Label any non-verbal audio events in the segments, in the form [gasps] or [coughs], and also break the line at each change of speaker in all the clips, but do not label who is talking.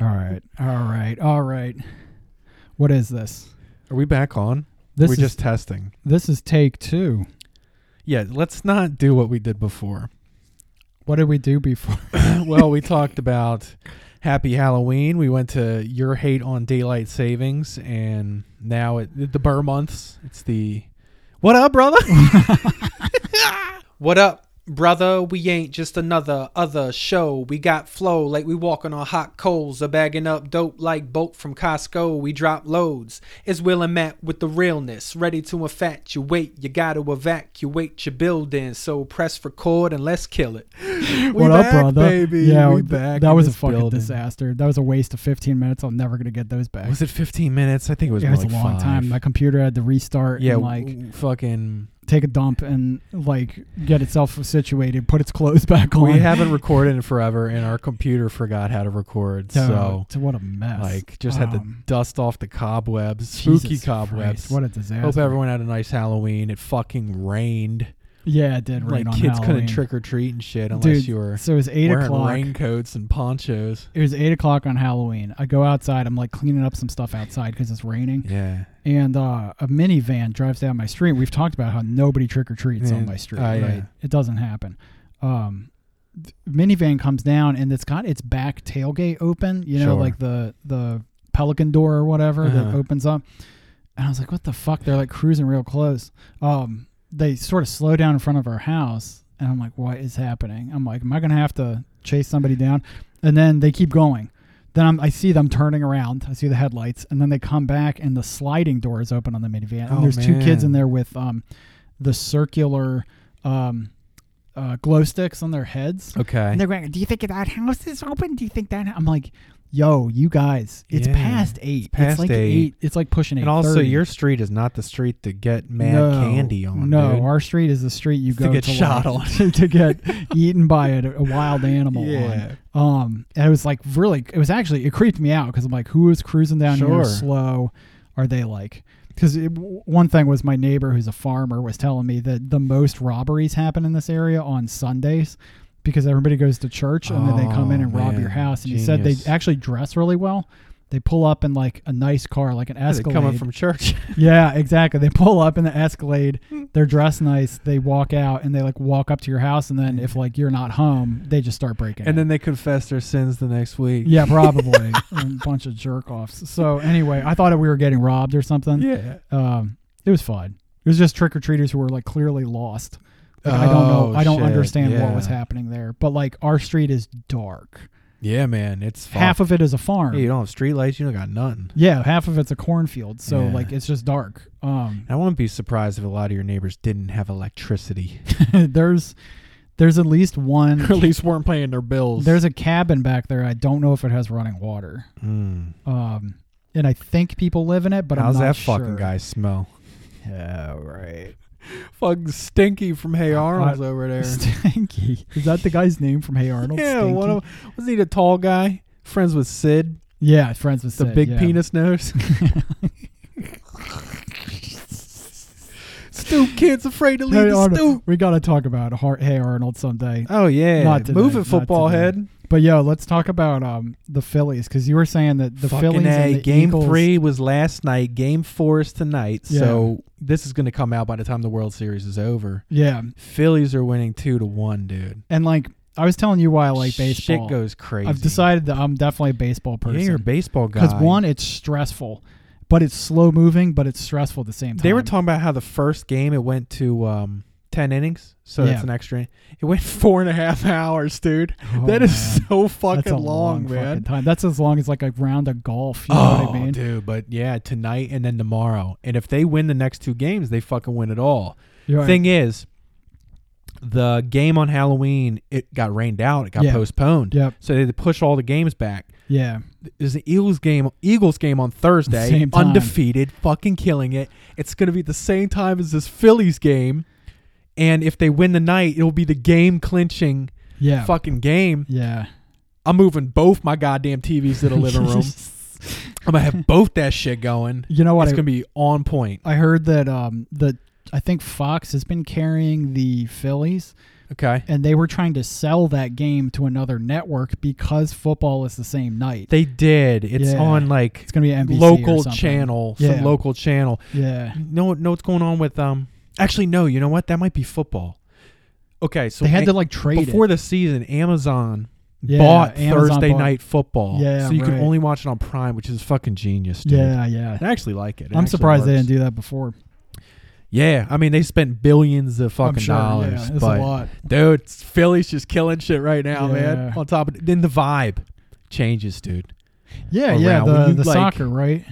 All right. All right. All right. What is this?
Are we back on?
This
We're
is
just testing.
this is take two.
Yeah, let's not do what we did before.
What did we do
[laughs]
[coughs]
before?
well, we talked about Happy Halloween. We went to Your Hate on Daylight Savings, and now it, the Burr months. It's the What up, brother?
[laughs] What up, brother? We ain't just another other show. We got flow like we walking on hot coals, or bagging up dope like boat from Costco. We drop loads. It's Will and Matt with the realness, ready to infatuate. You gotta evacuate your building, so press record and let's
[laughs]
kill it.
what up,
back,
brother?
baby.
Yeah,
We
th-
back
That
in
was a
this
fucking
building.
disaster. That was a waste of 15 minutes. I'm never gonna get those back.
was it 15 minutes? I think it was,
It
more
was a
like
long
five.
time. My computer had to restart
yeah,
and like
w- fucking.
take a dump and like get itself situated, put its clothes [laughs] back on.
We haven't recorded in forever, and our computer forgot how to record.
to,
So,
to what a mess.
like, just had to
Um,
dust off the cobwebs, spooky
Jesus
cobwebs.
Christ, What a disaster.
Hope everyone had a nice Halloween. It fucking rained.
Yeah, it did rain
like
on
kids couldn't
Halloween.
trick or treat and shit unless
Dude,
you were
so it was eight
wearing
o'clock.
raincoats and ponchos.
It was eight o'clock on Halloween. I go outside. I'm like cleaning up some stuff outside because it's raining.
Yeah,
And uh, a minivan drives down my street. We've talked about how nobody trick or treats on
Yeah.
my street.
Oh, yeah.
right? It doesn't happen. Um, th- minivan comes down and it's got its back tailgate open. You know,
Sure.
like the the pelican door or whatever that
Uh-huh.
opens up. And I was like, "What the fuck?" They're like cruising real close. Um, they sort of slow down in front of our house, and I'm like, "What is happening?" I'm like, "Am I gonna have to chase somebody down?" And then they keep going. Then I'm, I see them turning around. I see the headlights, and then they come back, and the sliding door is open on the minivan. And
Oh,
there's two kids
man.
in there with um, the circular um, uh, glow sticks on their heads.
okay.
And they're going, "Do you think that house is open? Do you think that?" I'm like, "Yo, you guys, it's
Yeah.
past eight. It's,
past
like
eight.
It's like pushing eight.
and also, your street is not the street to get mad
no,
candy on.
No,
dude.
our street is the street you
It's
go
to get shot
like, [laughs] to
[laughs]
get eaten by a, a wild animal.
Yeah.
On. Um, and it was like really, it was actually it creeped me out because I'm like, who is cruising down here
Sure.
slow? Are they like? Because one thing was my neighbor, who's a farmer, was telling me that the most robberies happen in this area on Sundays because everybody goes to church and then they come in
Oh,
and rob your
man.
house. And he said
Genius.
they actually dress really well. They pull up in like a nice car, like an
Is it
Escalade.
coming from church.
Yeah, exactly. They pull up in the Escalade. They're dressed nice. They walk out and they like walk up to your house. And then if like you're not home, they just start breaking.
and
in.
then they confess their sins the next week.
yeah,
[laughs]
probably a bunch of jerk offs. So anyway, I thought we were getting robbed or something.
yeah.
Um, it was fun. It was just trick or treaters who were like clearly lost. Like, I don't know.
Oh,
I don't
shit.
understand what was
Yeah.
happening there. But like our street is dark.
Yeah, man, it's
Half of it is a farm.
Yeah, you don't have street lights. You don't got nothing.
yeah, half of it's a cornfield. So
Yeah.
like it's just dark. Um, [laughs]
I wouldn't be surprised if a lot of your neighbors didn't
[laughs]
have electricity,
there's there's at least one
[laughs] or at least weren't paying their bills.
There's a cabin back there. I don't know if it has running water.
Mm.
Um, and I think people live in it, but
how's
I'm not
that
sure.
fucking guy smell?
Yeah, right.
[laughs] Fucking stinky from Hey Arnold's
I-
over there.
[laughs] Stinky. Is that the guy's name from Hey Arnold?
Yeah,
Stinky?
one of wasn't he the tall guy? Friends with Sid,
yeah, friends with
the
Sid,
big
yeah.
penis nose. [laughs] Stu kid's afraid to leave
Hey
the
Arnold,
stoop.
we gotta talk about Har- Hey Arnold someday.
Oh yeah,
Not today,
move
not
it, football
today.
head.
But yo, let's talk about um the Phillies because you were saying that the
Fucking
Phillies
A.
and the
game
Eagles-
three was last night. Game four is tonight. So this is going to come out by the time the World Series is over.
Yeah,
Phillies are winning two to one, dude.
and like I was telling you why I like baseball.
Shit goes crazy.
I've decided that I'm definitely a baseball person.
Yeah, you're a baseball guy.
because one, it's stressful, but it's slow moving, but it's stressful at the same time.
They were talking about how the first game it went to um, ten innings, so
Yeah.
that's an extra. in- It went [laughs] four and a half hours, dude.
Oh,
that is
man.
so
That's
fucking
a
long,
fucking
man.
time. That's as long as like a round of golf. You know
Oh,
what I mean?
dude, but yeah, tonight and then tomorrow, and if they win the next two games, they fucking win it all.
You're right.
Thing is, the game on Halloween it got rained out, it got
Yeah.
postponed,
Yep.
so they had to push all the games back.
Yeah.
There's the Eagles game, Eagles game on Thursday,
Same time.
undefeated, fucking killing it. It's gonna be at the same time as this Phillies game, and if they win the night, it'll be the game clinching
Yeah.
fucking game.
Yeah.
I'm moving both my goddamn TVs to
[laughs]
the living room. I'm gonna have both that shit going.
you know what?
It's
I,
gonna be on point.
I heard that um the I think Fox has been carrying the Phillies,
Okay.
and they were trying to sell that game to another network because football is the same night.
They did. It's
Yeah.
on like
it's going to be NBC or
local
something.
channel.
Yeah.
Some local channel.
Yeah,
No, know what's going on with um actually no, you know what? That might be football. Okay, so
they had
A-
to like trade
before
it.
the season, Amazon
Yeah,
bought
Amazon
Thursday
bought-
night football.
Yeah,
So you could
right.
only watch it on Prime, which is fucking genius, dude.
Yeah, yeah.
I actually like it. It
I'm
actually
surprised they
works.
didn't do that before.
Yeah, I mean they spent billions of fucking
I'm sure,
dollars,
Yeah, it's
but
a lot.
dude, Philly's just killing shit right now, man.
Yeah.
On top of then the vibe changes, dude.
Yeah, yeah.
around. When
The,
you,
the
like-
soccer, right?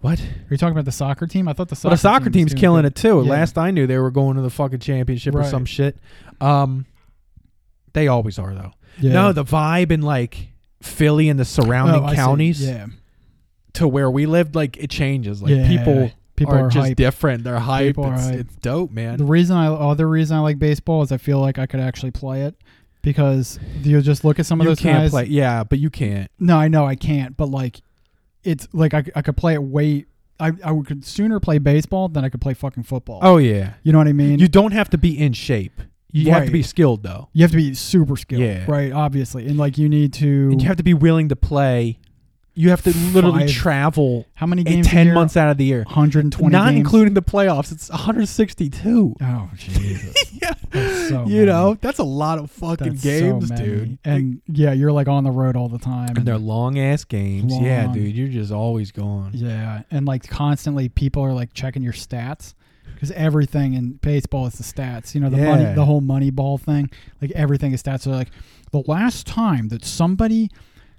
What?
Are you talking about the soccer team? I thought the
But
soccer,
the soccer
team
team's
was doing
killing
good.
it too.
Yeah.
Last I knew, they were going to the fucking championship or
Right.
some shit. Um, they always are though.
Yeah.
No, the vibe in like Philly and the surrounding
Oh, I see.
counties
Yeah,
to where we lived, like it changes. Like
Yeah.
people,
people
are, just
hype.
different. They're hype.
People are
it's,
hype.
it's dope, man.
The reason I other reason I like baseball is I feel like I could actually play it because you just look at some of
you
those
can't
guys.
play. Yeah, but you can't.
No, I know I can't, but like it's like I, I could play it way I, I would could sooner play baseball than I could play fucking football.
Oh yeah,
You know what I mean?
you don't have to be in shape. You have to
Right.
be skilled though.
You have to be super skilled,
Yeah.
right? Obviously, and like you need to.
And you have to be willing to play. You have to literally
Five
travel
how many
in
games?
ten months out of the year,
One hundred and twenty.
not
games?
including the playoffs. It's 162.
Oh [laughs] Jesus!
yeah.
That's so
[laughs] you
many.
know, that's a lot of fucking
That's so
games,
many.
dude.
And yeah, you're like on the road all the time.
And they're long ass games. Yeah,
Long.
dude, you're just always gone.
[laughs] yeah, and like constantly people are like checking your stats because everything in baseball is the stats. You know the
Yeah.
money, the whole money ball thing. Like everything is stats. So like the last time that somebody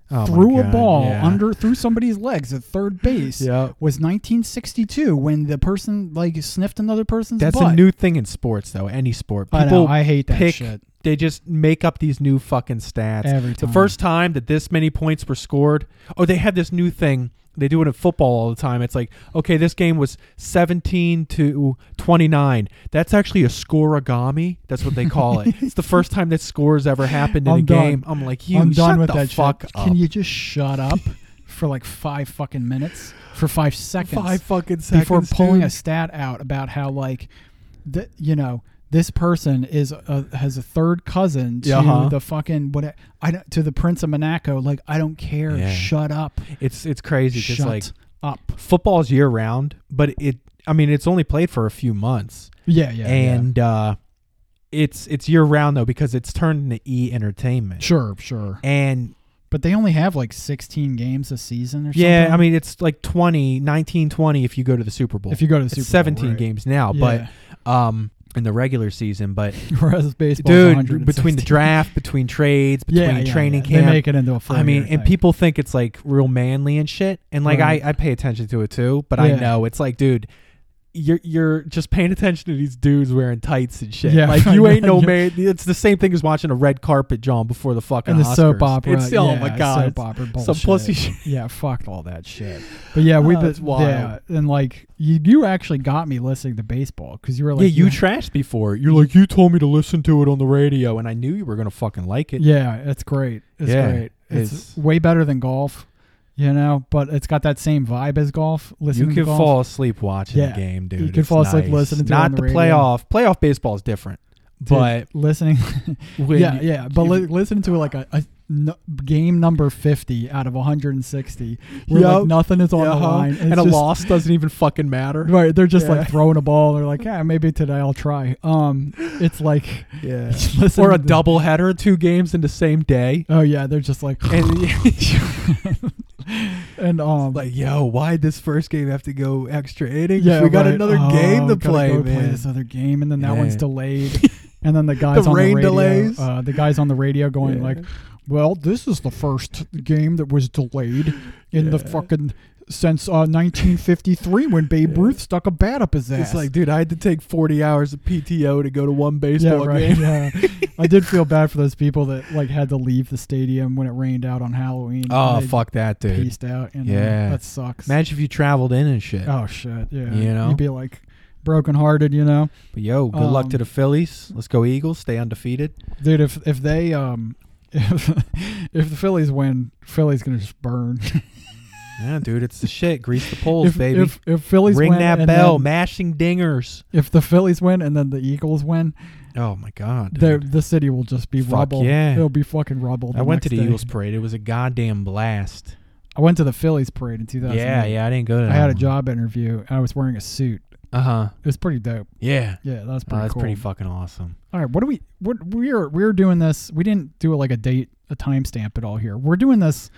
Oh my
threw a
God,
ball
yeah.
under through somebody's legs at
[laughs]
third base.
Yeah.
Was 1962 when the person like sniffed another person's
That's
butt.
a new thing in sports though, any sport.
I
People
know, I hate that
pick
shit
they just make up these new fucking stats.
every
the
time.
first time that this many points were scored, oh, they had this new thing. They do it in football all the time. It's like, okay, this game was 17 to 29. That's actually a scoregami. That's what they call it. It's the first time that scores
[laughs]
ever happened in
I'm
a
done.
game. I'm like, you
I'm
shut
done with
the
that
fuck
shit.
up.
Can you just shut up for like five fucking minutes? For five seconds
Five fucking seconds
before pulling
dude.
a stat out about how like, the, you know. This person is a, has a third cousin to
Yeah, uh-huh.
the fucking what I don't, to the Prince of Monaco. Like I don't care.
Yeah.
Shut up.
It's it's crazy because
Shut
like
up.
football's year round, but it I mean it's only played for a few months,
Yeah, yeah. yeah.
and uh, it's it's year round though because it's turned into e entertainment.
Sure, sure.
And
But they only have like 16 games a season or something.
yeah, I mean it's like 20, 19, 20 if you go to the Super Bowl.
if you go to the Super
it's 17
Bowl, right?
games now, but um in the regular season, but
but [laughs] whereas baseball,
dude, between the draft, between trades, between
yeah, yeah,
training
yeah.
camp,
they make it into a full
I mean,
year
and
thing.
people think it's like real manly and shit, and like
Right.
I, I pay attention to it too, but I
Yeah.
know it's like, dude, you're you're just paying attention to these dudes wearing tights and shit.
Yeah,
like you
[laughs] I
ain't no
know.
man. It's the same thing as watching a red carpet, John, before the fucking
and the
Oscars.
soap opera.
It's, oh
yeah,
my god,
soap opera
it's
bullshit.
some pussy shit.
Yeah, fucked all that shit. But yeah,
[laughs]
we.
Oh,
but,
it's wild.
Yeah, and like you, you actually got me listening to baseball because you were like,
yeah, you trashed before. You're like, you told me to listen to it on the radio, and I knew you were gonna fucking like it.
yeah, it's great. It's
Yeah,
great. It's,
it's-
way better than golf, you know. But it's got that same vibe as golf. Listening
you
to
could
golf.
fall asleep watching
Yeah.
the game, dude.
You could
It's
fall asleep
nice.
listening to it
not
on
the,
the radio.
playoff. Playoff baseball is different,
Dude,
but
listening
when
yeah,
you-
yeah, but
you-
li- listen to like a, a n- game number fifty out of one hundred and sixty, where
Yup.
like nothing is on the
Uh-huh.
line,
and
it's
a
just-
loss doesn't even fucking matter.
Right, they're just
Yeah.
like throwing a ball. They're like, yeah, maybe today I'll try. Um, it's like [laughs]
Yeah.
listen
Or a
to the-
double header, two games in the same day.
Oh yeah, they're just like
And [laughs]
[sighs] and um
like, yo, why this first game have to go extra innings?
yeah,
we got
right.
another
Oh,
game to
gotta
play,
go
man.
this other game, and then that
Yeah.
one's
[laughs]
delayed. And then the guys on
rain
the radio,
delays.
Uh, the guys on the radio going
Yeah.
like, "Well, this is the first game that was delayed in the
Yeah.
fucking since uh, 1953 when Babe
Yeah.
Ruth stuck a bat up his ass."
It's like, dude, I had to take 40 hours of PTO to go to one
yeah,
baseball
right. [laughs]
game.
yeah,
[laughs]
I did feel bad for those people that like had to leave the stadium when it rained out on Halloween.
Oh,
They
fuck that, dude.
Peaced out. And
Yeah.
yeah, that sucks.
Imagine if you traveled in and shit.
Oh shit. Yeah.
You know?
you'd be like brokenhearted. You know.
But yo, good luck
Um,
to the Phillies. Let's go Eagles. Stay undefeated.
Dude, if if [laughs] they um if, if the Phillies win, Philly's gonna just burn.
Yeah, dude, it's the shit. Grease the
[laughs]
poles,
if,
baby.
if if Phillies
Ring
win
that
and
bell,
then-
mashing dingers.
if the Phillies win and then the Eagles win,
Oh my god. dude.
the the city will just be
Fuck
rubble.
yeah.
It'll be fucking rubble.
I went to
next
the
day.
Eagles parade. It was a goddamn blast.
I went to the Phillies parade in 2000.
Yeah, yeah, I didn't go to.
I had a job interview and I was wearing a suit.
Uh huh.
It was pretty dope.
Yeah.
Yeah, that was
Oh,
pretty
that's
cool.
pretty fucking awesome.
all right, what do we what we're we're doing this. We didn't do like a date, a timestamp at all here. We're doing this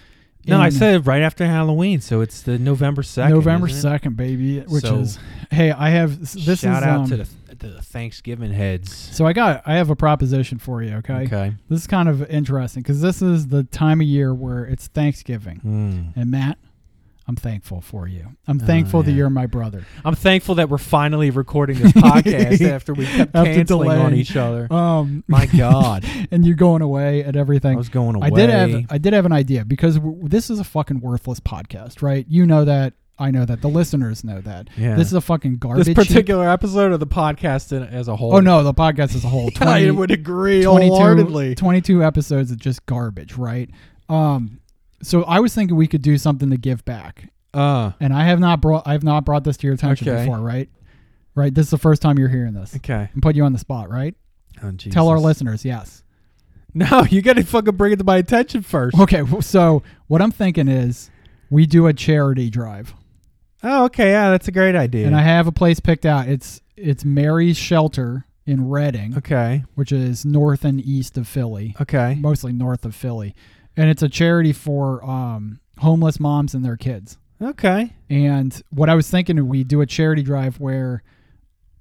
No, I
in
said right after Halloween, so it's the November second.
November 2nd, baby, which
So-
is hey, I have this is
Shout out
um,
to the, the Thanksgiving heads.
So I got I have a proposition for you, okay?
Okay.
This is kind of interesting cuz this is the time of year where it's Thanksgiving.
Mm.
And Matt, I'm thankful for you. I'm
Oh,
thankful that
yeah.
you're my brother.
I'm thankful that we're finally recording
[laughs]
this podcast after we kept
After
canceling on
delaying.
each other.
Um
[laughs]
[laughs]
My God,
and you going away and
I
everything.
was going away.
I did have I did have an idea because w- this is a fucking worthless podcast, right? You know that, I know that, the listeners know that.
Yeah.
This is a fucking garbage.
this particular episode of the podcast in, as a whole.
Oh no, the podcast as a
[laughs]
whole. 20,
I would agree
22,
wholeheartedly.
22 episodes of just garbage, right? Um, so I was thinking we could do something to give back,
Uh,
and I have not brought I have not brought this to your attention
Okay.
before, right? Right. This is the first time you're hearing this.
okay.
I'm putting you on the spot, right?
Oh, Jesus.
Tell our [laughs] listeners, yes.
No, you got to fucking bring it to my attention first.
Okay, well, so what I'm thinking is we do a charity drive,
Oh, okay. Yeah, that's a great idea.
and I have a place picked out. It's it's Mary's Shelter in Reading,
okay.
which is north and east of Philly.
Okay.
mostly north of Philly, and it's a charity for um, homeless moms and their kids.
Okay.
And what I was thinking, we do a charity drive where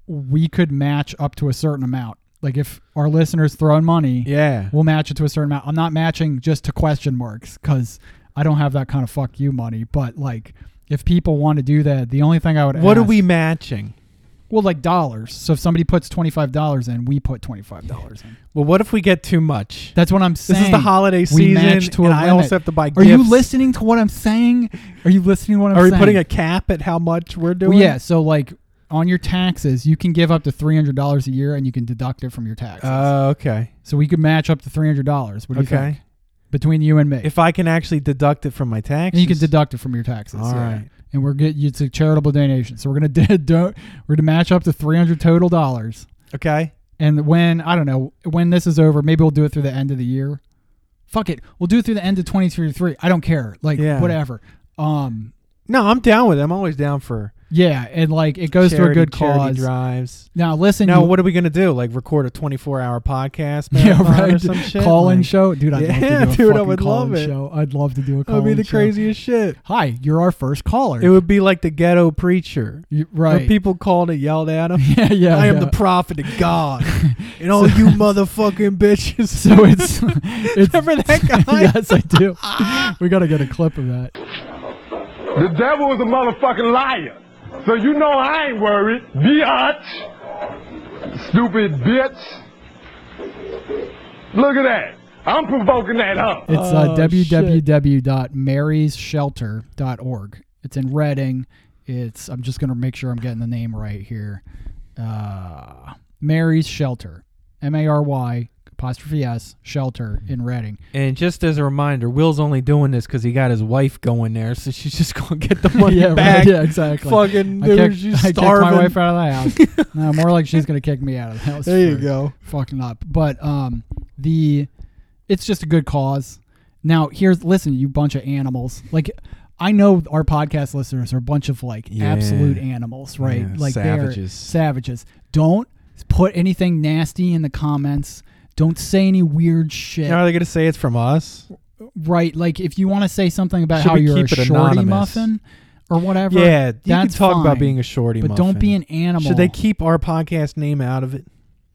we could match up to a certain amount. Like if our listeners throw in money,
Yeah.
we'll match it to a certain amount. I'm not matching just to question marks because I don't have that kind of fuck you money. But like if people want to do that, the only thing I would
What are
ask-
we matching?
well like dollars. So if somebody puts twenty five dollars in, we put twenty five dollars in.
Well, what if we get too much?
That's what I'm
This
saying.
is the holiday season,
match to a
and I
limit.
also have to buy.
Are
gifts.
you listening to what I'm saying? Are you listening to what I'm
Are we
saying?
putting a cap at how much we're doing?
Well, yeah, so like on your taxes, you can give up to three hundred dollars a year, and you can deduct it from your taxes.
Uh, okay.
so we could match up to three hundred dollars. What do you
Okay.
think between you and me?
If I can actually deduct it from my tax,
and you can deduct it from your taxes.
All
yeah.
right.
and we're get it's a charitable donation. So we're gonna [laughs] do, do we're gonna match up to three hundred total dollars.
Okay.
And when I don't know when this is over, maybe we'll do it through the end of the year. Fuck it, we'll do it through the end of twenty twenty three. I don't care. Like
Yeah.
whatever. Um.
No, I'm down with it. I'm always down for
Yeah, and like it goes
charity,
to a good
charity
cause.
drives.
Now listen,
Now,
you-
what are we gonna do? Like record a 24 hour [laughs] podcast?
yeah,
marathon Or
right.
some shit?
Call-in
Like,
show, dude. I'd
Yeah,
love to do a
dude, I
fucking
would
call-in
love it.
show. I'd love to do a
That'd
call-in
be the
show.
craziest shit.
Hi, you're our first caller.
It would be like the ghetto preacher.
You-
where
right?
people called and yelled at [laughs] him.
yeah, yeah.
I am
yeah.
the prophet of [laughs] God, and all [laughs] you motherfucking
[laughs]
bitches.
so
[laughs]
it's, it's
Remember [laughs] that guy?
yes, I do. we gotta get a clip of that.
The devil is a motherfucking liar. So you know I ain't worried. Biatch. Stupid bitch. Look at that. I'm provoking that up.
It's uh,
Oh,
www.maryshelter.org. It's in Reading. It's. I'm just gonna make sure I'm getting the name right here. Uh, Mary's Shelter, M A R Y apostrophe S Shelter in Reading.
[laughs] And just as a reminder, Will's only doing this because he got his wife going there, so she's just gonna [laughs] get the money
yeah, right,
back.
yeah, exactly.
Fucking,
I
dude,
kicked,
she's
I kicked my
starving.
wife out of the house. no, more like she's gonna kick me out of
[laughs]
the house.
there you
for
go.
Fucking up. But um, the it's just a good cause. Now here's listen, you bunch of animals. Like I know our podcast listeners are a bunch of like
Yeah.
absolute animals, right?
Yeah,
like they're
savages.
Savages. Don't put anything nasty in the comments. Don't say any weird shit.
Now, are they gonna say it's from us?
Right? Like if you want to say something about
Should
how
we
you're a
keep it
shorty
anonymous?
muffin or whatever.
Yeah, you can
that's
talk about
fine.
being a shorty,
But don't be an animal.
Should they keep our podcast name out of it?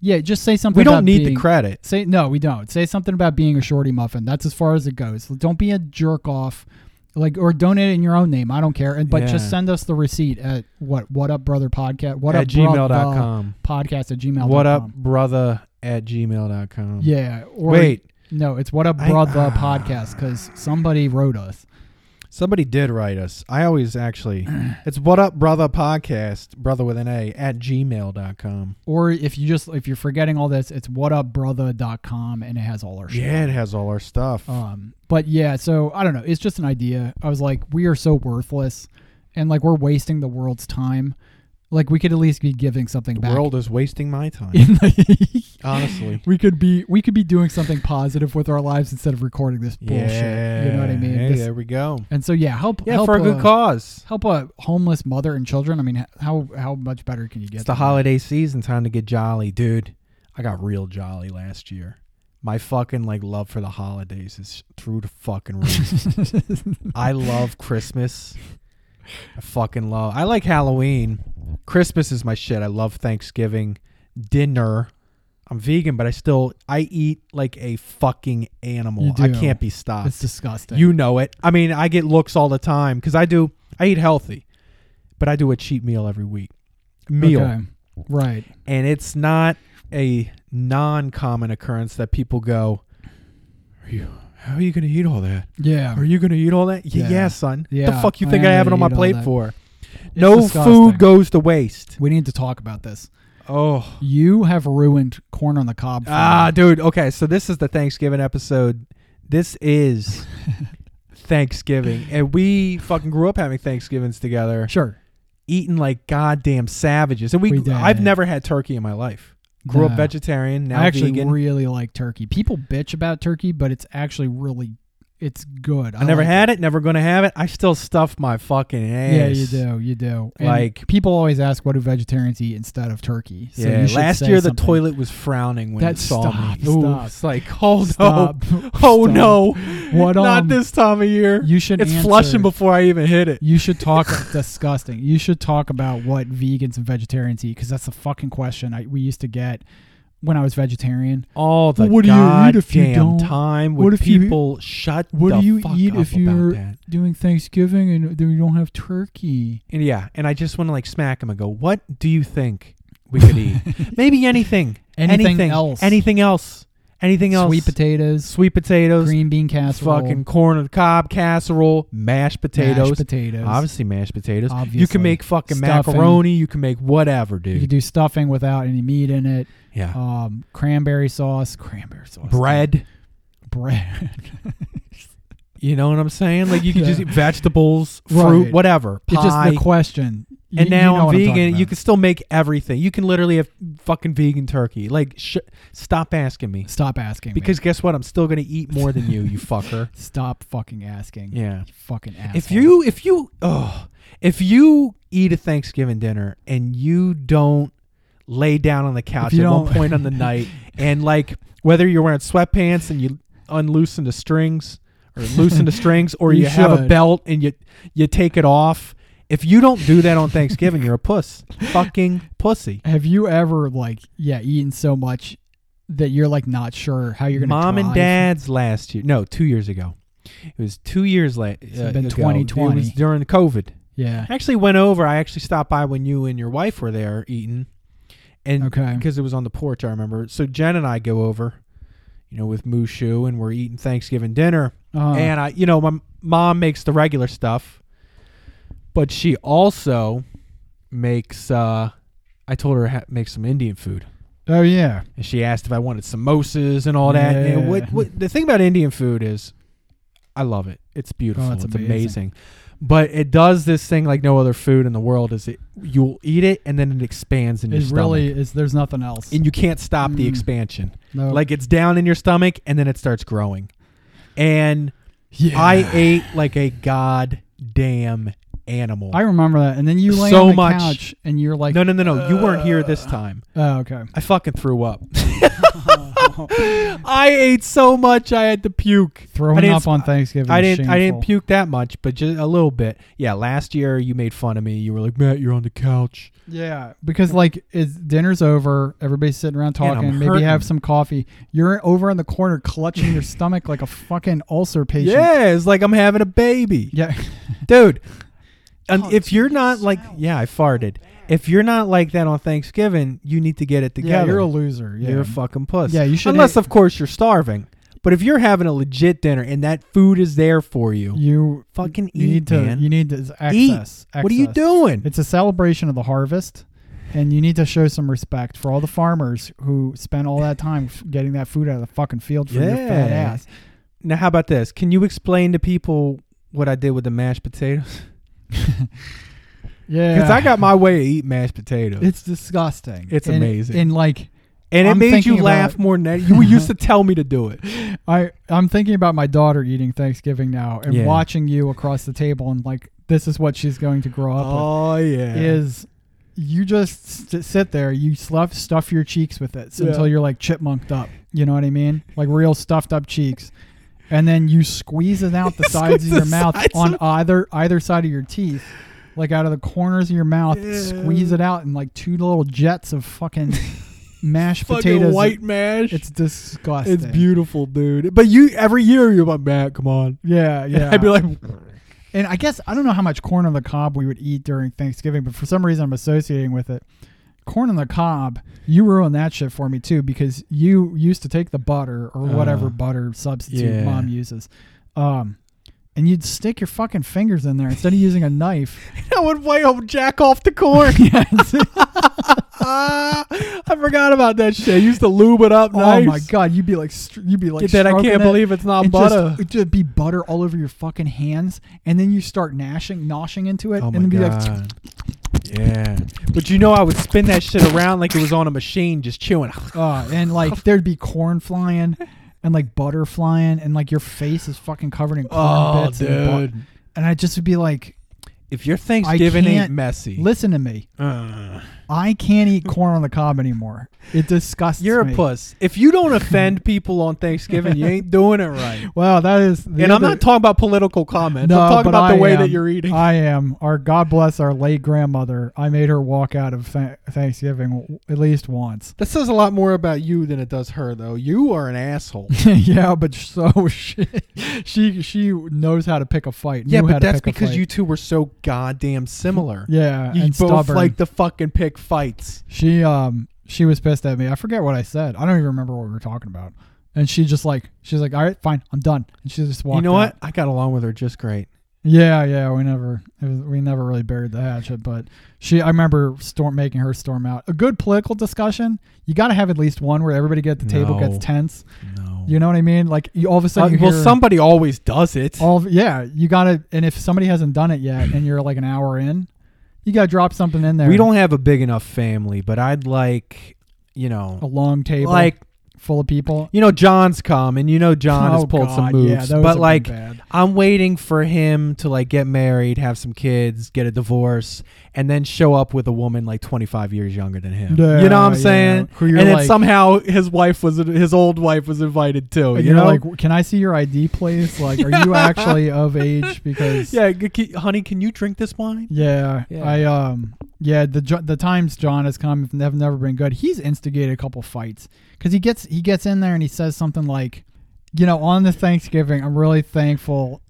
Yeah, just say something.
We don't
about
need the
being-
credit.
Say no, we don't. Say something about being a shorty muffin. That's as far as it goes. Don't be a jerk off, like or donate it in your own name. I don't care. And but
Yeah.
just send us the receipt at what what up brother podcast what
at
up brother
gmail.com.
podcast at gmail
What up, brother? At gmail.com.
Yeah. Or,
Wait.
No, it's what up
I-
brother
ah.
podcast because somebody wrote us.
Somebody did write us. I always
[clears throat]
actually. It's what up, brother podcast, brother with an A, at gmail.com.
Or if you just if you're forgetting all this, it's whatupbrother.com and it has all our shit.
Yeah, it has all our stuff.
Um, but yeah, so I don't know. It's just an idea. I was like, we are so worthless, and like we're wasting the world's time. Like we could at least be giving something
the
back. [laughs]
world is wasting my time,
In the-
honestly.
we could be we could be doing something positive with our lives instead of recording this bullshit. You know what I mean?
Hey,
This-
there we go.
And so yeah, help
Yeah,
help
for a good
uh,
cause.
Help a homeless mother and children. I mean, how how much better can you get?
It's the
than that?
holiday season, time to get jolly, dude. I got real jolly last year. My fucking like love for the holidays is through the fucking roof.
[laughs]
I love Christmas. I fucking love. I like Halloween. Christmas is my shit. I love Thanksgiving dinner. I'm vegan, but I still I eat like a fucking animal.
You
I
do.
can't be stopped.
It's disgusting.
You know it. I mean, I get looks all the time because I do. I eat healthy, but I do a cheat meal every week. Meal,
Okay. right?
and it's not a non-common occurrence that people go, "Are you? How are you going to eat all that?
Yeah.
Are you going to eat all that? Yeah,
Yeah.
yeah son. the
Yeah,
fuck you
I
think
am
I have it
gonna
on
eat
my
all
plate
that.
for?
It's
no
disgusting.
food goes to waste.
We need to talk about this.
Oh,
You have ruined corn on the cob. for me.
ah, dude. Okay, so this is the Thanksgiving episode. This is Thanksgiving, and we fucking grew up having Thanksgivings together.
[laughs] sure.
eating like goddamn savages. And we,
We did.
I've never had turkey in my life. Grew up
No.
vegetarian, now
I actually
vegan.
really like turkey. People bitch about turkey, but it's actually really it's good.
I never
like
had it. never gonna have it. I still stuff my fucking ass.
Yeah, you do. You do. And
Like-
people always ask, what do vegetarians eat instead of turkey? So
yeah.
you should
Last
say
year the
something.
toilet was frowning when
That-
it saw
stop,
me. Ooh,
stop.
it's like, oh no.
Stop. [laughs]
Oh [laughs]
Stop.
no.
What,
Not
um,
this time of year.
You should.
it's
answer-
flushing before I even hit it.
You should talk. [laughs] disgusting. You should talk about what vegans and vegetarians eat because that's the fucking question I we used to get when I was vegetarian.
All the
What do you eat if you
goddamn
don't-
time would
what if you-
people shut
What
the
do you
fuck
eat
up
if
about
you're
that.
doing Thanksgiving and you don't have turkey?
And yeah, and I just want to like smack him and go, "What do you think we could
[laughs]
eat? Maybe anything,
Anything else.
anything else, anything else.
Sweet potatoes,
sweet potatoes,
green bean casserole,
fucking corn on the cob casserole, mashed potatoes,
mashed potatoes.
obviously mashed potatoes. You
Obviously.
can make fucking
Stuffing.
macaroni. You can make whatever,
You
dude.
could do stuffing without any meat in it.
yeah,
Um, cranberry sauce, cranberry sauce,
bread.
bread.
You know what I'm saying? Like you
[laughs]
can
Yeah.
just eat vegetables, fruit,
Right.
whatever. Pie.
it's just the question. You-
and
you know
now
what
I'm
talking
vegan. you
about.
can still make everything. You can literally have fucking vegan turkey. Like, sh- stop asking me.
stop asking me.
Because guess what? I'm still gonna eat more than you, you
[laughs]
fucker.
stop fucking asking.
Yeah.
You fucking asshole.
If you if you oh if you eat a Thanksgiving dinner and you don't lay down on the couch
you
at one
don't- [laughs]
point on the night and like whether you're wearing sweatpants and you unloosen the strings or
[laughs]
loosen the strings or you,
You
have a
should.
belt and you you take it off. If you don't do that on Thanksgiving, you're a puss. Fucking pussy.
have you ever like yeah eaten so much that you're like not sure how [laughs] you're gonna
mom and
drive?
dad's last year. No, two years ago. It was two years late.
So been
It
2020.
was during COVID.
Yeah.
I actually went over. I actually stopped by when you and your wife were there eating, and
Okay.
because it was on the porch, I remember. So Jen and I go over, you know, with Mushu, and we're eating Thanksgiving dinner.
Uh,
And I, you know, my mom makes the regular stuff, but she also makes. uh I told her to ha- make some Indian food.
oh yeah.
And she asked if I wanted samosas and all that. And
Yeah.
what, what the thing about Indian food is, I love it. It's beautiful.
Oh,
it's
it's
amazing.
amazing.
But it does this thing like no other food in the world. Is it you'll eat it and then it expands in your
It
stomach,
really is. There's nothing else.
and you can't stop the
Mm.
expansion.
no.
Like it's down in your stomach and then it starts growing. And
yeah.
I ate like a goddamn animal.
I remember that. And then you lay
So
on the
much.
couch and you're like,
no, no, no, no. you weren't here this time.
oh, okay.
I fucking threw up.
[laughs]
I ate so much I had to puke. I
Throwing
didn't
up on Thanksgiving.
I
is
didn't. I didn't
shameful.
puke that much, but just a little bit. Yeah, last year you made fun of me. You were like, "Matt, you're on the couch."
Yeah, because like it's dinner's over, everybody's sitting around
Man, I'm
talking, maybe
hurting.
have some coffee. You're over in the corner clutching your stomach like a fucking ulcer patient.
Yeah, it's like I'm having a baby,
Yeah. [laughs] Oh,
dude. And if you're not like, yeah, I farted. If you're not like that on Thanksgiving, you need to get it
Yeah,
together.
you're a loser. Yeah.
You're a fucking puss.
Yeah, you e- should
Unless
eat-
of course you're starving. But if you're having a legit dinner and that food is there for you,
You
fucking
you
eat,
need to
man.
you need to access,
eat. What are you
access.
doing?
It's a celebration of the harvest, and you need to show some respect for all the farmers who spent all that time f- getting that food out of the fucking field for your fat
Yeah.
ass.
now, how about this? Can you explain to people what I did with the mashed [laughs] potatoes?
Yeah,
Because I got my way to eat mashed potatoes,
It's disgusting.
It's
And-
amazing.
And like,
and it
I'm
made
thinking
you laugh
about-
more than that. You used [laughs] to tell me to do it.
I I'm thinking about my daughter eating Thanksgiving now and
Yeah.
watching you across the table and like this is what she's going to grow up
Oh yeah,
with is you just st- sit there you stuff stuff your cheeks with it
Yeah.
until you're like chipmunked up you know what I mean like real stuffed up cheeks and then you squeeze it out
[laughs]
the sides of
the
your mouth
sides
on
of-
either either side of your teeth like out of the corners of your mouth
Yeah.
squeeze it out in like two little jets of
[laughs]
fucking mashed
fucking
potatoes
white mash.
it's
It's,
disgusting
beautiful, dude. But you every year you're like, Matt, come on. [laughs]
yeah yeah
I'd be like,
And I guess I don't know how much corn on the cob we would eat during Thanksgiving, but for some reason I'm associating with it. Corn on the cob, you ruined that shit for me too because you used to take the butter or whatever
Uh,
butter substitute
yeah.
mom uses, um, and you'd stick your fucking fingers in there instead of using a knife.
[laughs] I would way old jack off the corn.
[laughs]
[laughs]
Yes.
Ah, I forgot about that shit. I used to lube it up.
Oh
nice.
my god, you'd be like, str- you'd be like,
Get that, I
stroking
can't
it.
believe it's not
It just-
butter.
it'd just be butter all over your fucking hands, and then you start gnashing, noshing into it,
Oh
and
my
then be like,
god. yeah. But you know, I would spin that shit around like it was on a machine, just chewing.
Uh, and like there'd be corn flying and like butter flying and like your face is fucking covered in corn
[laughs] Oh,
bits and,
dude.
bu- and I just would be like,
If your Thanksgiving ain't
can't
messy,
listen to me.
uh,
I can't eat corn on the cob anymore. It disgusts
you're
me.
a puss. If you don't [laughs] offend people on Thanksgiving, you ain't doing it [laughs] right.
Well, that is the
And I'm
other-
not talking about political comments.
No,
I'm talking
but
about the
I
way that
am.
you're eating.
I am. Our God bless our late grandmother. I made her walk out of Tha- Thanksgiving w- at least once. [laughs]
that says a lot more about you than it does her, though. You are an [laughs] asshole.
yeah, but so [laughs] she, she she knows how to pick a fight.
yeah,
knew how
but
to
that's
pick a
because
fight.
you two were so goddamn similar.
Yeah,
you
and
both
stubborn.
like to fucking pick fights.
She um she was pissed at me. I forget what I said. I don't even remember what we were talking about. And she just like she's like, all right, fine, I'm done. And she just walked.
you know what?
out.
I got along with her just great.
Yeah, yeah. We never it was, we never really buried the hatchet, but she I remember storm making her storm out. A good political discussion. You got to have at least one where everybody at the table
No.
gets tense.
No.
You know what I mean? Like you, all of a sudden you
Uh, well,
hear
somebody always does it.
all of- yeah. You got to and if somebody hasn't done it yet and you're like an hour in, you got to drop something in there.
We don't have a big enough family, but I'd like, you know,
a long table
like
full of people.
you know, John's come, and you know, John has
Oh,
pulled some
God,
moves,
yeah, those have
but
been
like,
bad.
I'm waiting for him to like get married, have some kids, get a divorce, and then show up with a woman like 25 years younger than him.
Yeah,
you know what I'm
yeah.
saying?
Who
And
you're
then
like-
somehow his wife was his old wife was invited too. You,
you
know,
know, like, can I see your ID, please? Like, are
[laughs]
you actually of age? Because yeah,
yeah, g- c- honey, can you drink this wine?
yeah,
Yeah.
I um, yeah, the jo- the times John has come have never been good. He's instigated a couple fights because he gets he gets in there and he says something like, you know, on the Thanksgiving, I'm really thankful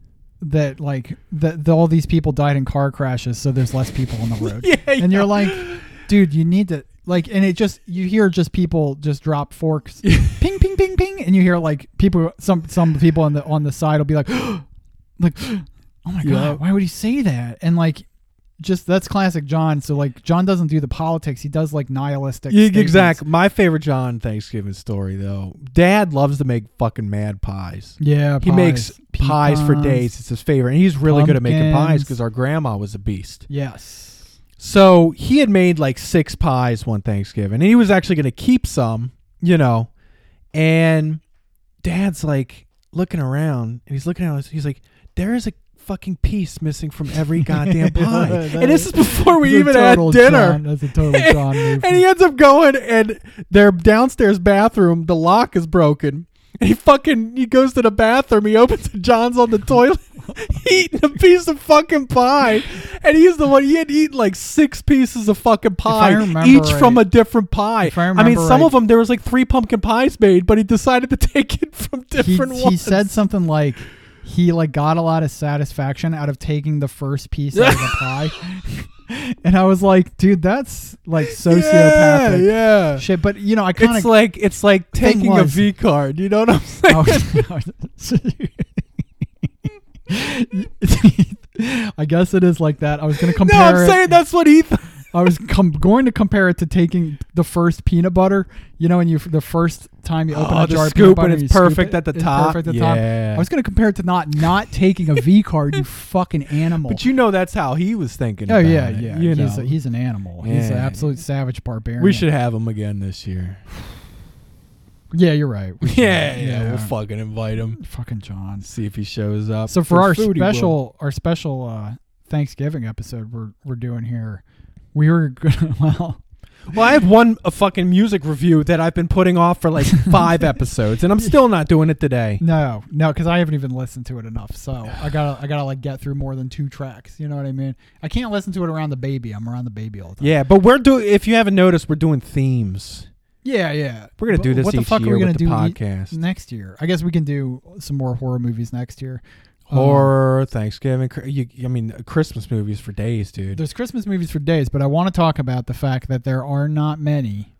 that like that that all these people died in car crashes, so there's less people on the road.
[laughs] Yeah,
and you're like, dude, you need to like, and it just you hear just people just drop
[laughs]
forks, ping, ping, ping, ping, and you hear like people, some some people on the on the side will be like, [gasps] like, [gasps] oh my god,
Yeah.
why would he say that? And like, just that's classic John. So like, John doesn't do the politics; he does like nihilistic.
Yeah,
statements.
exactly. My favorite John Thanksgiving story, though. Dad loves to make fucking mad pies.
Yeah,
He makes
Pecans.
pies for days. It's his favorite. And he's really good at making pies
Pumpkins.
because our grandma was a beast.
Yes.
So he had made like six pies one Thanksgiving. And he was actually going to keep some, you know. And dad's like looking around and he's looking at us. He's like, there is a fucking piece missing from
[laughs]
every goddamn pie.
That
and this is
is-
before we
That's a
even had
total
dinner
John- that's a total John move.
[laughs] and he ends up going and their downstairs bathroom the lock is broken and he fucking he goes to the bathroom he opens it john's
[laughs]
on the toilet [laughs] eating a piece of fucking pie and he's the one he had eaten like six pieces of fucking
I
pie
remember
each from a
right-
different pie
If I
mean
remember
some
right-
of them there was like three pumpkin pies made but he decided to [laughs] take it from
he,
different
he
ones
said something like he like got a lot of satisfaction out of taking the first piece out of the
[laughs]
pie. [laughs] and I was like, dude, that's like
Yeah,
sociopathic
yeah.
shit. But you know, I kind
It's
of
like it's like
Thing
taking a
was-
V card. You know what I'm [laughs]
[laughs]
saying?
Oh, I guess it is like that. I was gonna
no,
compare.
I'm
it-
saying that's what he. Th-
I was com- going to compare it to taking the first peanut butter. You know, when you the first time you open
Oh,
a
the
jar
scoop
of peanut butter,
and it's
you scoop
perfect
it,
at the
it's
top?
Perfect at the top.
Yeah.
I was gonna compare it to not not taking a V card.
[laughs]
You fucking animal.
but you know that's how he was thinking.
oh
about
yeah,
it,
yeah.
You know.
he's, a, he's an animal. He's an
Yeah.
absolute savage barbarian.
we should have him again this [laughs] year.
Yeah, you're right. We should-
[laughs] Yeah, yeah, we'll
yeah.
fucking invite him.
fucking John.
See if he shows up.
So for our
food he will.
special our special uh Thanksgiving episode we're we're doing here, we were [laughs] gonna well
well, I have one a fucking music review that I've been putting off for [laughs] like five episodes, and I'm still not doing it today.
no no because I haven't even listened to it enough so
[sighs]
I gotta I gotta like get through more than two tracks you know what I mean I can't listen to it around the baby I'm around the baby all the time
Yeah, but we're doing. If you haven't noticed, we're doing themes.
yeah yeah
We're gonna
But
do this
what the
each
fuck
year
are we gonna
with the
do e-
podcast.
next year I guess we can do some more horror movies next year Um,
Horror, Thanksgiving. Cr- You, I mean, Christmas movies for days, dude.
there's Christmas movies for days but I want to talk about the fact that there are not many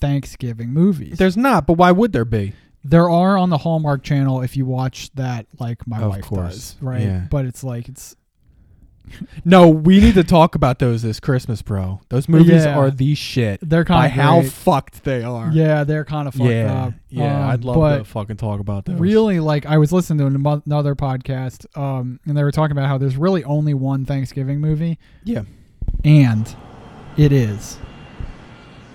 Thanksgiving movies
There's not, but why would there be?
There are on the Hallmark Channel if you watch that, like my
Of
wife
course,
does, right?
yeah.
But it's like it's
No, we need to talk about those this Christmas, bro. Those movies
Yeah.
are the shit.
They're kinda
by how
great.
fucked they are.
yeah, they're kind of fucked
yeah,
up.
yeah.
Um,
I'd
but
love to fucking talk about those.
Really, like I was listening to an- another podcast, um, and they were talking about how there's really only one Thanksgiving movie,
Yeah.
and it is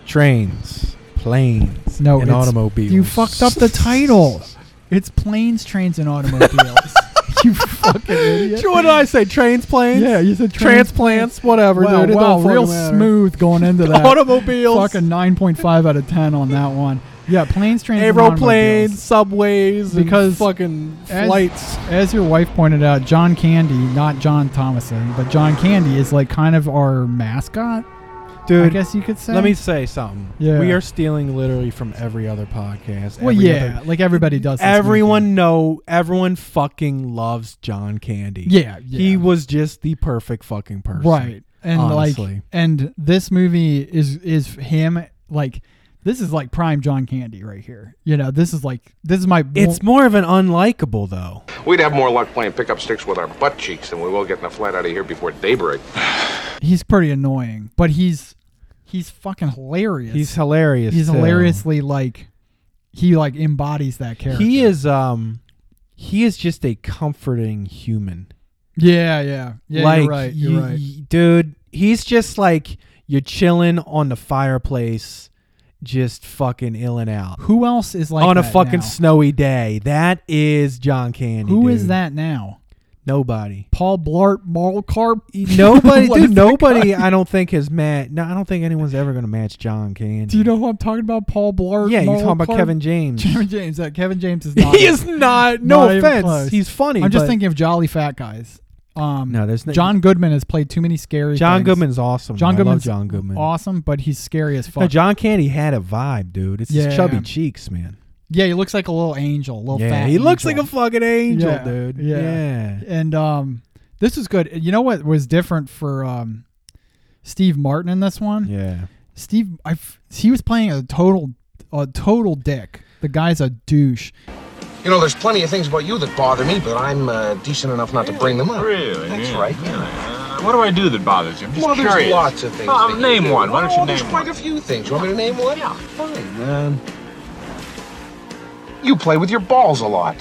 Trains, planes,
no
and
it's-
automobiles.
You fucked up the
[laughs]
title. It's planes, trains, and automobiles. [laughs] you fucking idiot.
Sure, what did I say? Trains, planes.
Yeah, you said trains-
transplants. Whatever.
Wow,
dude, it
wow,
don't fucking
real
matter.
smooth going into that.
[laughs] Automobiles.
Fucking nine point five out of ten on that one. Yeah, planes, trains, and
aeroplanes,
automobiles.
subways,
Because
and fucking
as-
flights.
As your wife pointed out, John Candy, not John Thomason, but John Candy is like kind of our mascot. I
Dude,
guess you could say.
let me say something.
Yeah.
We are stealing literally from every other podcast.
Well,
every
yeah,
other-
like everybody does. this
everyone
weekend.
know. Everyone fucking loves John Candy.
Yeah, yeah.
He was just the perfect fucking person.
right, and
honestly.
like, and this movie is is him like. This is like prime John Candy right here. You know, this is like this is my
It's more of an unlikable though.
We'd have more luck playing pickup sticks with our butt cheeks than we will getting a flight out of here before daybreak.
he's pretty annoying, but he's he's fucking hilarious.
He's hilarious.
he's
too.
hilariously like he like embodies that character.
He is um he is just a comforting human.
Yeah, yeah, yeah.
like
you're right. You're
you-
right.
you- dude, he's just like you're chilling on the fireplace just fucking illing out.
Who else is like
on a
that
fucking
now?
snowy day. That is John Candy.
Who is
dude.
that now? [laughs]
Nobody.
Paul Blart Mall Carp.
[laughs] Nobody,
What
dude.
is that
Nobody.
guy?
I don't think has matched. No, I don't think anyone's ever gonna match John Candy.
Do you know who I'm talking about? Paul Blart.
Yeah, you're
Mall
talking about
Carp?
Kevin James.
[laughs]
[laughs]
Kevin James. Uh, Kevin James is not.
he is not. No
Not even
offense.
close.
He's funny.
I'm just
but-
thinking of jolly fat guys. Um,
No, there's no-
John Goodman has played too many scary.
John
things.
Goodman's awesome.
John
John Goodman.
Goodman.
John Goodman.
Awesome, but he's scary as fuck.
No, John Candy had a vibe, dude. It's
Yeah.
his chubby cheeks, man.
yeah, he looks like a little angel, a little
yeah,
fat.
he looks like
angel.
a fucking angel,
Yeah,
dude.
yeah.
Yeah.
and um, this was good. You know what was different for um, Steve Martin in this one?
Yeah.
Steve, I f- he was playing a total, a total dick. The guy's a douche.
You know, there's plenty of things about you that bother me, but I'm uh, decent enough not to bring them up.
Really?
That's
yeah.
right.
Yeah. Uh, what do I do that bothers you? I'm just
Well, there's
curious.
lots of things.
Well,
that you
name
do.
one. Why don't you
oh,
name
there's quite
one?
a few things. You want me to name one? Yeah. Fine. Um, you play with your balls a lot.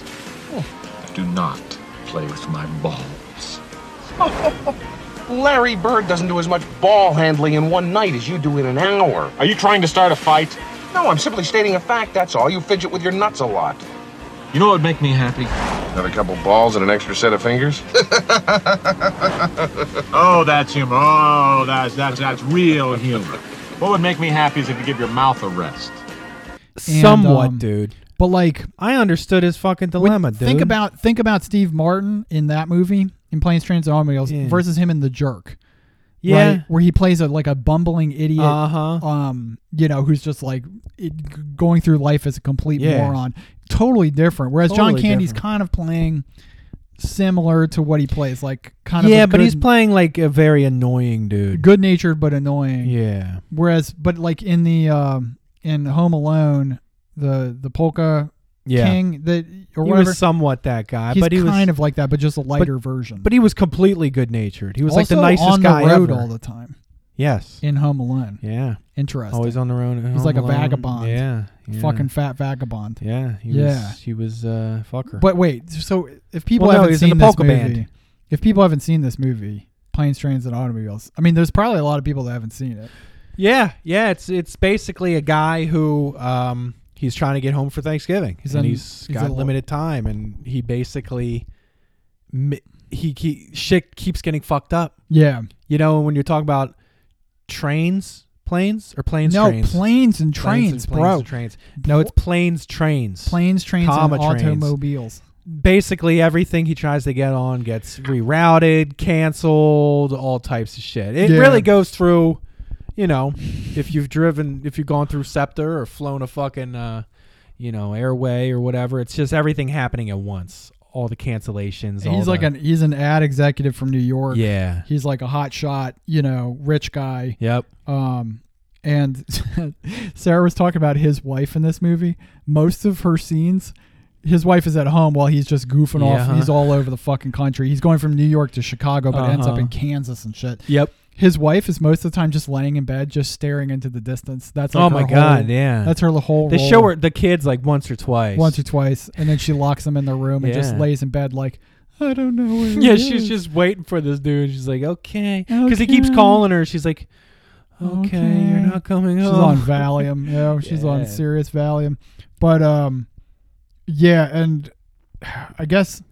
Do not play with my balls.
Larry Bird doesn't do as much ball handling in one night as you do in an hour.
Are you trying to start a fight?
No, I'm simply stating a fact, that's all. You fidget with your nuts a lot.
You know what would make me happy?
Another couple balls and an extra set of fingers?
Oh, that's humor. Oh, that's that's that's real humor. What would make me happy is if you give your mouth a rest.
Somewhat,
um,
dude.
But like,
I understood his fucking
when-
dilemma, dude.
think about think about Steve Martin in that movie in Planes, Trains, and Automobiles
Yeah.
versus him in The Jerk.
yeah.
right? where he plays a like a bumbling idiot.
Uh-huh.
Um, you know, who's just like it, g- going through life as a complete
Yeah.
moron. Totally different. Whereas John
Totally
Candy's
different.
kind of playing similar to what he plays, like kind of
yeah,
a
but he's
good-
playing like a very annoying dude.
good-natured but annoying.
Yeah.
Whereas, but like in the um, in Home Alone, the the polka
Yeah.
king that or
he
whatever,
was somewhat that guy,
he's
but he was
kind of like that, but just a lighter version.
but he was completely good natured. He was
also
like the nicest
on
guy
the road
ever.
all the time
yes.
in Home Alone.
Yeah.
Interesting.
Always on the road. and
He's
home
like a
alone.
vagabond.
Yeah. yeah.
fucking fat vagabond.
Yeah. He
Yeah.
Was, he was uh fucker.
But wait, so if people
Well, no,
haven't
he's in
seen
the
this
polka
movie,
band.
if people haven't seen this movie, Planes, Trains, and Automobiles, I mean, there's probably a lot of people that haven't seen it.
yeah, yeah. It's it's basically a guy who um he's trying to get home for Thanksgiving.
He's
and
on-
he's
he's
got
a-
limited time, and he basically mi- he, he shit keeps getting fucked up.
Yeah,
You know, when you're talking about trains, planes, or planes,
no
trains?
planes and
and
trains,
planes
bro.
and trains. No, it's planes, trains.
planes, trains,
Comma
and
trains.
automobiles.
Basically, everything he tries to get on gets rerouted, canceled, all types of shit. It
Yeah.
really goes through, you know, if you've driven, if you've gone through Scepter or flown a fucking, uh, you know, airway or whatever. It's just everything happening at once. All the cancellations. all
He's like
the-
an he's an ad executive from New York.
yeah.
he's like a hot shot, you know, rich guy.
Yep.
Um, and [laughs] Sarah was talking about his wife in this movie. Most of her scenes, his wife is at home while he's just goofing off.
Yeah.
He's all over the fucking country. He's going from New York to Chicago, but ends up
Uh-huh.
in Kansas and shit.
Yep.
His wife is most of the time just laying in bed, just staring into the distance. That's like
Oh
her
my
whole-
God, yeah.
that's her whole.
They
role
show her the kids like once or twice.
Oh. once or twice, and then she locks them in their room and just
Yeah.
lays in bed like I don't know. Where
[laughs] Yeah,
it
she's
is."
just waiting for this dude. She's like, okay, because he keeps
Okay.
calling her. She's like, okay, you're
Okay.
not coming
She's on
[laughs] home.
Valium. You know, she's on
Yeah.
serious Valium. But um, yeah, and I guess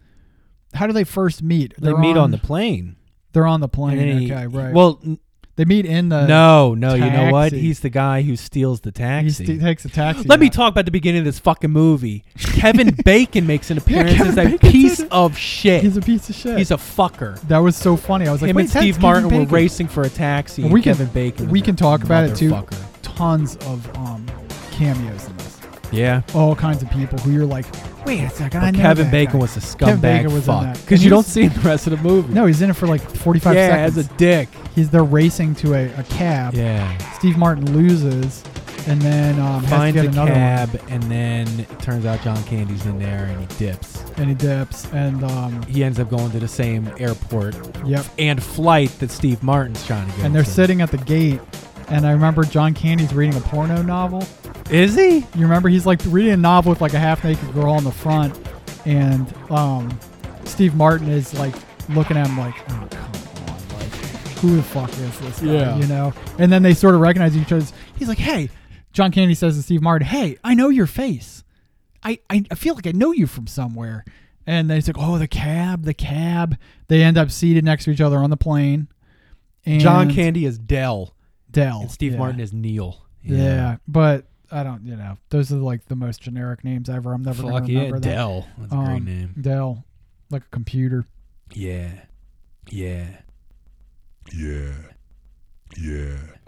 how do they first meet?
they
They're
meet on the plane.
they're on the
And
plane.
then he-
okay, right.
Well, n-
they meet in the
no, no, you know what?
taxi.
He's the guy who steals the
He
taxi.
st- takes a taxi.
Let me
out.
talk about the beginning of this fucking
[laughs]
movie. Kevin Bacon makes an appearance
Kevin
as a
Bacon's
piece
in it.
of shit.
He's a piece of shit.
He's a fucker.
that was so funny. I was like,
Him
wait,
and
that's
Steve
Kevin
Martin were
Bacon.
racing for a taxi.
And
and
we can-
Kevin Bacon.
we
was
can
a
talk about it, too.
motherfucker.
Tons of um cameos in this.
Yeah.
All kinds of people who you're like, wait a second, I
But
know
Kevin
that
Bacon
guy.
was a
Kevin
scumbag
Bacon was in
fuck.
that.
Because
And
you
he's-
don't see him the rest of the movie.
No, he's in it for like 45
yeah,
seconds.
as a dick.
He's they're racing to a, a cab.
Yeah.
Steve Martin loses, and then um, has
Finds
to
a
get another
cab, and then it turns out John Candy's in there, and he dips.
one, and he dips, and um,
He ends up going to the same airport
yep.
and flight that Steve Martin's trying to go.
And they're
to.
sitting at the gate, and I remember John Candy's reading a porno novel.
Is he?
You remember he's like reading a novel with like a half-naked girl in the front, and um, Steve Martin is like looking at him like, oh come on, like who the fuck is this guy?
Yeah.
You know. And then they sort of recognize each other. He's like, hey, John Candy says to Steve Martin, hey, I know your face. I, I, I feel like I know you from somewhere. And then he's like, oh, the cab, the cab. They end up seated next to each other on the plane. And
John Candy is Dell,
Dell.
and Steve
yeah.
Martin is Neil.
Yeah. but I don't, you know, those are like the most generic names ever. I'm never going
Fuck
to
yeah,
remember that.
Dell. That's a great
Um,
name.
Dell, like a computer.
Yeah. Yeah.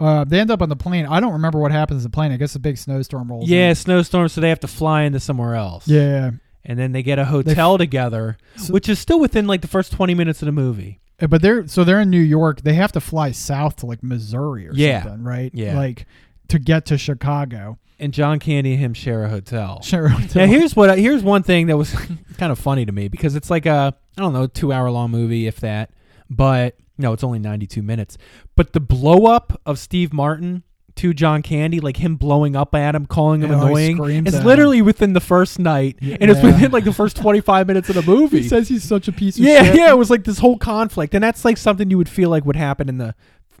Uh, they end up on the plane. I don't remember what happens to the plane. I guess a big snowstorm rolls. in.
Yeah, snowstorm, so they have to fly into somewhere else.
Yeah.
And then they get a hotel together, which is still within like the first 20 minutes of the movie.
Uh, But they're so they're in New York. They have to fly south to like Missouri or
Yeah.
something, right?
Yeah.
Like to get to Chicago. [laughs]
and John Candy and him share a hotel.
Sure. [laughs]
Now here's what here's one thing that was [laughs] kind of funny to me because it's like a I don't know two hour long movie if that, but no, it's only 92 minutes. But the blow up of Steve Martin to John Candy, like him blowing up at him, calling him
Oh, he
annoying,
screams
is
at him.
literally within the first night, and it's
Yeah.
within like the first 25 minutes of the movie.
he says he's such a piece of
yeah,
shit.
yeah, it was like this whole conflict, and that's like something you would feel like would happen in the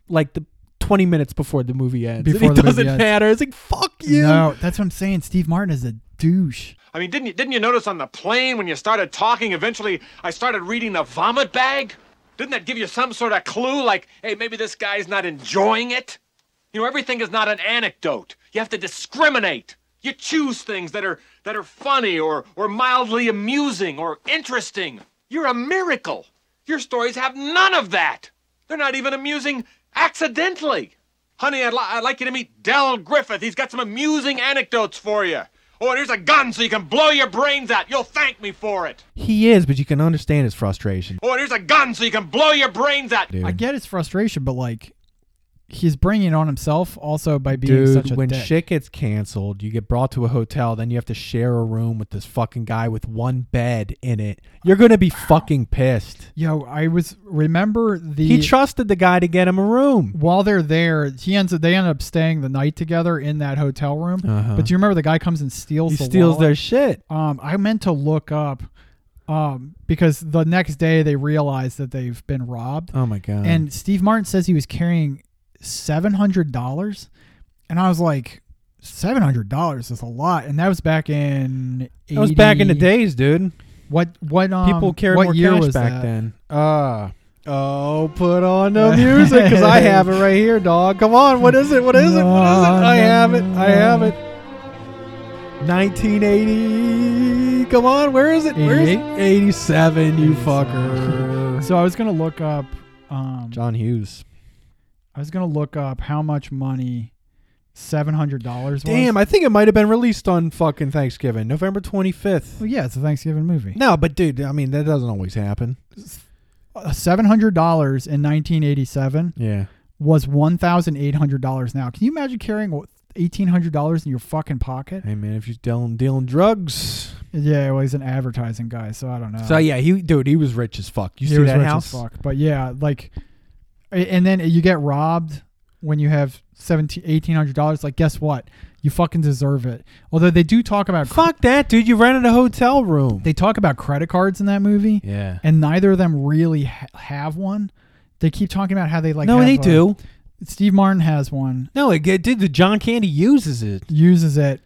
like the 20 minutes before the movie ends.
Before
and
the
it
movie
doesn't
ends.
matter. It's like fuck you.
No, that's what I'm saying. Steve Martin is a douche.
I mean, didn't you, didn't you notice on the plane when you started talking, eventually I started reading the vomit bag? Didn't that give you some sort of clue, like, hey, maybe this guy's not enjoying it? You know, everything is not an anecdote. You have to discriminate. You choose things that are that are funny or or mildly amusing or interesting. You're a miracle. Your stories have none of that. They're not even amusing accidentally. Honey, I'd, li- I'd like you to meet Dell Griffith. He's got some amusing anecdotes for you. Or here's a gun so you can blow your brains out. You'll thank me for it.
He is, but you can understand his frustration.
Or here's a gun so you can blow your brains out.
Dude.
I get his frustration, but like, he's bringing it on himself also by being such
Dude,
a
when
dick.
shit gets canceled, you get brought to a hotel, then you have to share a room with this fucking guy with one bed in it. You're gonna be fucking pissed.
Yo, I was remember the
He trusted the guy to get him a room.
while they're there, he ends up they end up staying the night together in that hotel room.
Uh-huh.
But do you remember the guy comes and steals
He
the
steals
wallet?
their shit.
um I meant to look up um because the next day they realize that they've been robbed.
Oh my god.
and Steve Martin says he was carrying seven hundred dollars, and I was like, seven hundred dollars is a lot, and that was back in. 80,
that was back in the days, dude.
What what um,
People carried
what
more
year
cash
was
back
that?
then. Uh oh, put on
[laughs]
the music because I have it right here, dog. Come on, what is it? What is it? What is it? I have it. I have it. 1980. Come on, where is it? Where is it? 87, you [laughs] fucker.
So I was gonna look up. Um,
John Hughes.
I was gonna look up how much money seven hundred dollars.
Damn,
was.
I think it might have been released on fucking Thanksgiving, November 25th.
Well, yeah, it's a Thanksgiving movie.
No, but dude, I mean, that doesn't always happen.
Uh, Seven hundred dollars in nineteen eighty-seven
Yeah.
was one thousand eight hundred dollars. Now, can you imagine carrying eighteen hundred dollars in your fucking pocket?
[laughs] Hey, man, if you're dealing, dealing drugs,
Yeah, well, he's an advertising guy, so I don't know.
So yeah, he dude, he was rich as fuck. You
Uh-huh. He
see
was
that
rich
house?
as fuck. But yeah, like, a- and then you get robbed when you have seventeen, eighteen hundred dollars. Like, guess what? You fucking deserve it. Although they do talk about cre-
Fuck that, dude. You rented a hotel room.
they talk about credit cards in that movie,
yeah.
and neither of them really ha- have one. They keep talking about how they like.
no,
have
they
a-
do.
Steve Martin has one,
No, it, it did. The John Candy uses it.
uses it,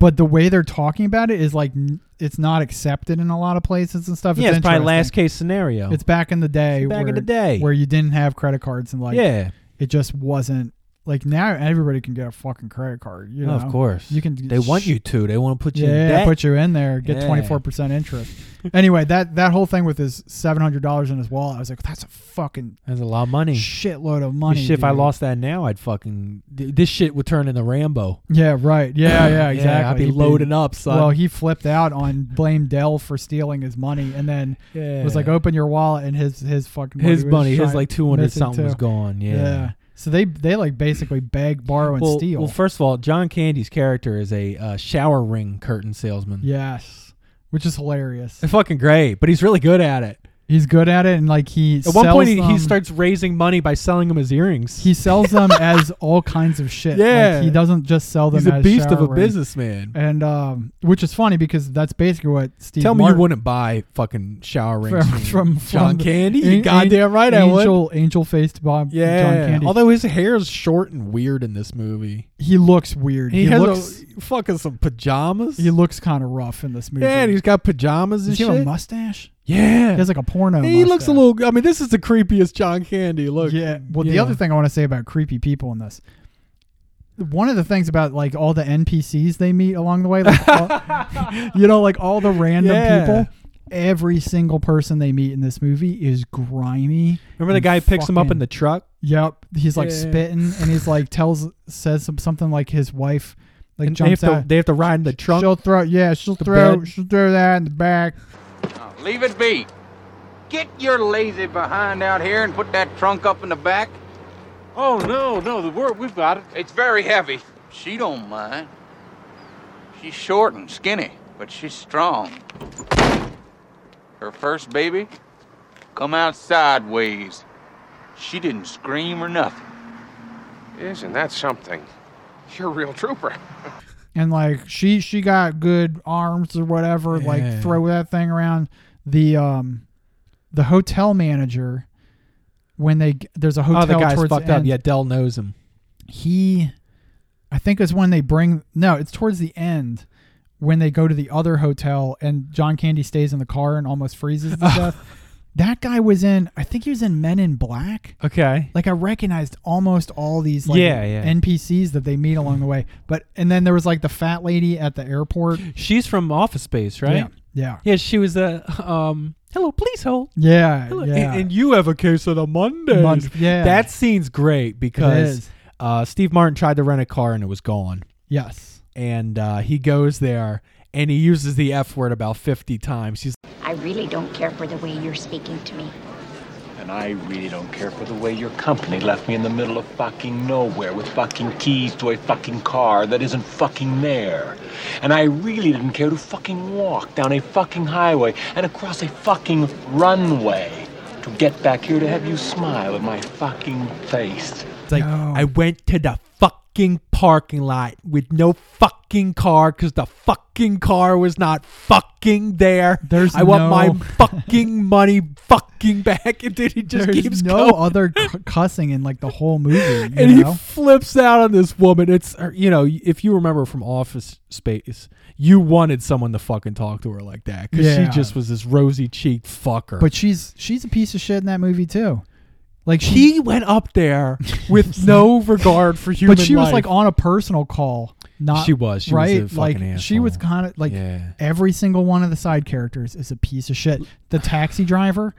but the way they're talking about it is like n- it's not accepted in a lot of places and stuff.
yeah, it's probably
interesting.
last case scenario.
It's back in the day.
back in
where,
the day.
where you didn't have credit cards and like
yeah.
it just wasn't like now everybody can get a fucking credit card. You know,
Oh, of course.
you can.
They want you to. They want to put you in
Yeah,
debt.
put you in there, get
Yeah.
twenty four percent interest. [laughs] anyway, that that whole thing with his seven hundred dollars in his wallet, I was like, that's a fucking
That's a lot of money.
shitload of
This
money.
shit, if I
dude."
lost that now, I'd fucking th- this shit would turn into Rambo.
Yeah, right.
[coughs]
Yeah, yeah, exactly.
I'd be
He'd
loading up, son.
Well, he flipped out on blame Dell for stealing his money, and then
yeah.
was like, "Open your wallet," and his his fucking money
oh, his
was
money, his
shot-
like two hundred
missing
something was
too.
gone.
Yeah. So they they like basically beg, borrow, and
well,
steal.
well, first of all, John Candy's character is a uh, shower ring curtain salesman.
yes, which is hilarious.
It's fucking great, but he's really good at it.
He's good at it, and like he
At one
sells
point, he,
them-
he starts raising money by selling him his earrings.
he sells
[laughs]
them as all kinds of shit.
Yeah.
like, he doesn't just sell them.
he's a
as
beast of
shower
a
rings.
businessman.
and um, which is funny because that's basically what Steve.
Tell me
Martin,
you wouldn't buy fucking shower rings [laughs]
From- [laughs]
from,
from-
John
from the-
Candy.
An-
You goddamn right, I would.
Angel, angel faced Bob.
Yeah,
John Candy.
although his hair is short and weird in this movie.
he looks weird.
He,
He,
has
looks.
a, fucking some pajamas.
he looks kind of rough in this movie.
yeah, and he's got pajamas and
does he
shit.
have a mustache?
yeah,
He has like a porno.
he looks a
mustache.
little. I mean, this is the creepiest John Candy. Look,
Yeah. Well, the
yeah.
other thing I want to say about creepy people in this, one of the things about like all the NPCs they meet along the way,
[laughs]
like, all- you know, like all the random
Yeah.
people. Every single person they meet in this movie is grimy.
Remember the
and
guy picks him up in
fucking-
the truck.
Yep, he's like
Yeah.
spitting, and he's like tells says some, something like his wife, like
And they
jumps
have to
out.
they have to ride in the trunk.
she'll throw, yeah, she'll throw,
bed.
she'll throw that in the back.
Leave it be. Get your lazy behind out here and put that trunk up in the back.
Oh no, no, the word we've got it.
It's very heavy. She don't mind. She's short and skinny, but she's strong. Her first baby come out sideways. She didn't scream or nothing.
Isn't that something? You're a real trooper.
and like she she got good arms or whatever
Yeah.
like throw that thing around the um the hotel manager when they there's a hotel
Oh, the guy's
towards
fucked
the
up.
end,
Yeah, Dell knows him.
he i think it's when they bring no it's towards the end when they go to the other hotel and john candy stays in the car and almost
[laughs]
freezes to death that guy was in i think he was in men in black
Okay.
like I recognized almost all these like
Yeah, yeah.
NPCs that they meet along the way. But and then there was like the fat lady at the
[laughs]
airport.
She's from Office Space, right?
Yeah. Yeah.
Yeah, she was the um. Hello, please hold.
Yeah.
Hello.
yeah.
[laughs] And, and you have a case of the Mondays.
Mon- yeah.
That scene's great because
is.
uh, Steve Martin tried to rent a car and it was gone.
yes.
and uh, he goes there and he uses the F word about 50 times. He's
I really don't care for the way you're speaking to me.
And I really don't care for the way your company left me in the middle of fucking nowhere with fucking keys to a fucking car that isn't fucking there. And I really didn't care to fucking walk down a fucking highway and across a fucking runway to get back here to have you smile at my fucking face.
like, I went to the fucking parking lot with no fucking car because the fucking car was not fucking there.
There's
I want
no-
my
[laughs]
fucking money fucking back. And dude, he just
There's
keeps
no
going. [laughs]
other c- cussing in like the whole movie. You
and
know?
he flips out on this woman. It's her- you know, if you remember from Office Space, you wanted someone to fucking talk to her like that because
Yeah.
she just was this rosy cheeked fucker.
but she's she's a piece of shit in that movie too. Like she,
he went up
[laughs]
there with no regard for human.
but she was
life.
like on a personal call. Not
She was. She was
right.
a fucking
like she was
asshole.
kind of like
Yeah.
every single one of the side characters is a piece of shit. The taxi driver,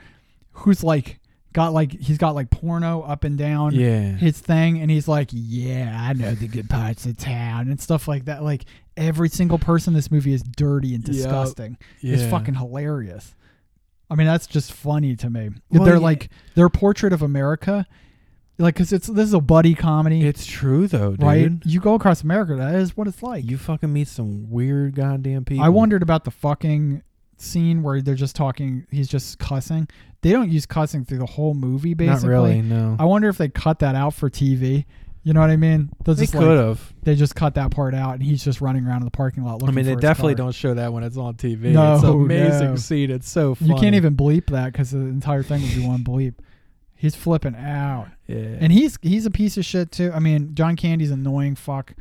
who's like got like he's got like porno up and down
Yeah.
his thing, and he's like, yeah, I know the good parts of town and stuff like that. Like every single person in this movie is dirty and disgusting. It's
Yeah.
fucking hilarious. I mean, that's just funny to me.
Well,
They're
yeah.
like their portrait of America, like because it's this is a buddy comedy,
It's true though, dude.
right? You go across America, that is what it's like.
You fucking meet some weird goddamn people.
I wondered about the fucking scene where they're just talking. He's just cussing. They don't use cussing through the whole movie,
Not
basically.
really, no.
I wonder if they cut that out for TV. You know what I mean? They'll
They
just,
could
like,
have.
they just cut that part out, and he's just running around in the parking lot
I
looking.
mean, they
for his
definitely
car.
don't show that when it's on TV.
No,
it's an amazing
no.
scene. It's so funny.
You can't even bleep that because the entire thing would be
[laughs]
one bleep. He's flipping out,
Yeah.
and he's he's a piece of shit too. I mean, John Candy's annoying fuck.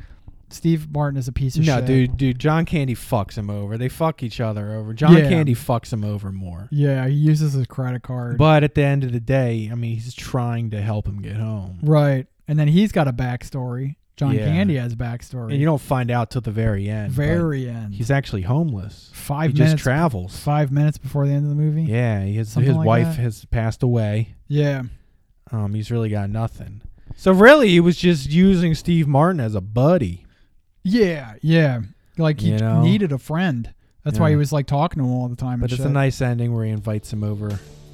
Steve Martin is a piece of
no,
shit.
dude, dude. John Candy fucks him over. They fuck each other over. John
Yeah.
Candy fucks him over more.
Yeah, he uses his credit card.
But at the end of the day, I mean, he's trying to help him get home,
Right. And then he's got a backstory. John
Yeah.
Candy has a backstory.
and you don't find out till the very end. but
Very end.
He's actually homeless.
five
he
minutes
just travels.
five minutes before the end of the movie.
Yeah, he has,
Something
his
like
wife
that.
has passed away.
Yeah.
Um, he's really got nothing. So really, he was just using Steve Martin as a buddy.
Yeah. yeah. Like he
You know?
needed a friend. That's why
Yeah.
he was like talking to him all the time.
But
and
it's
shit.
a nice ending where he invites him over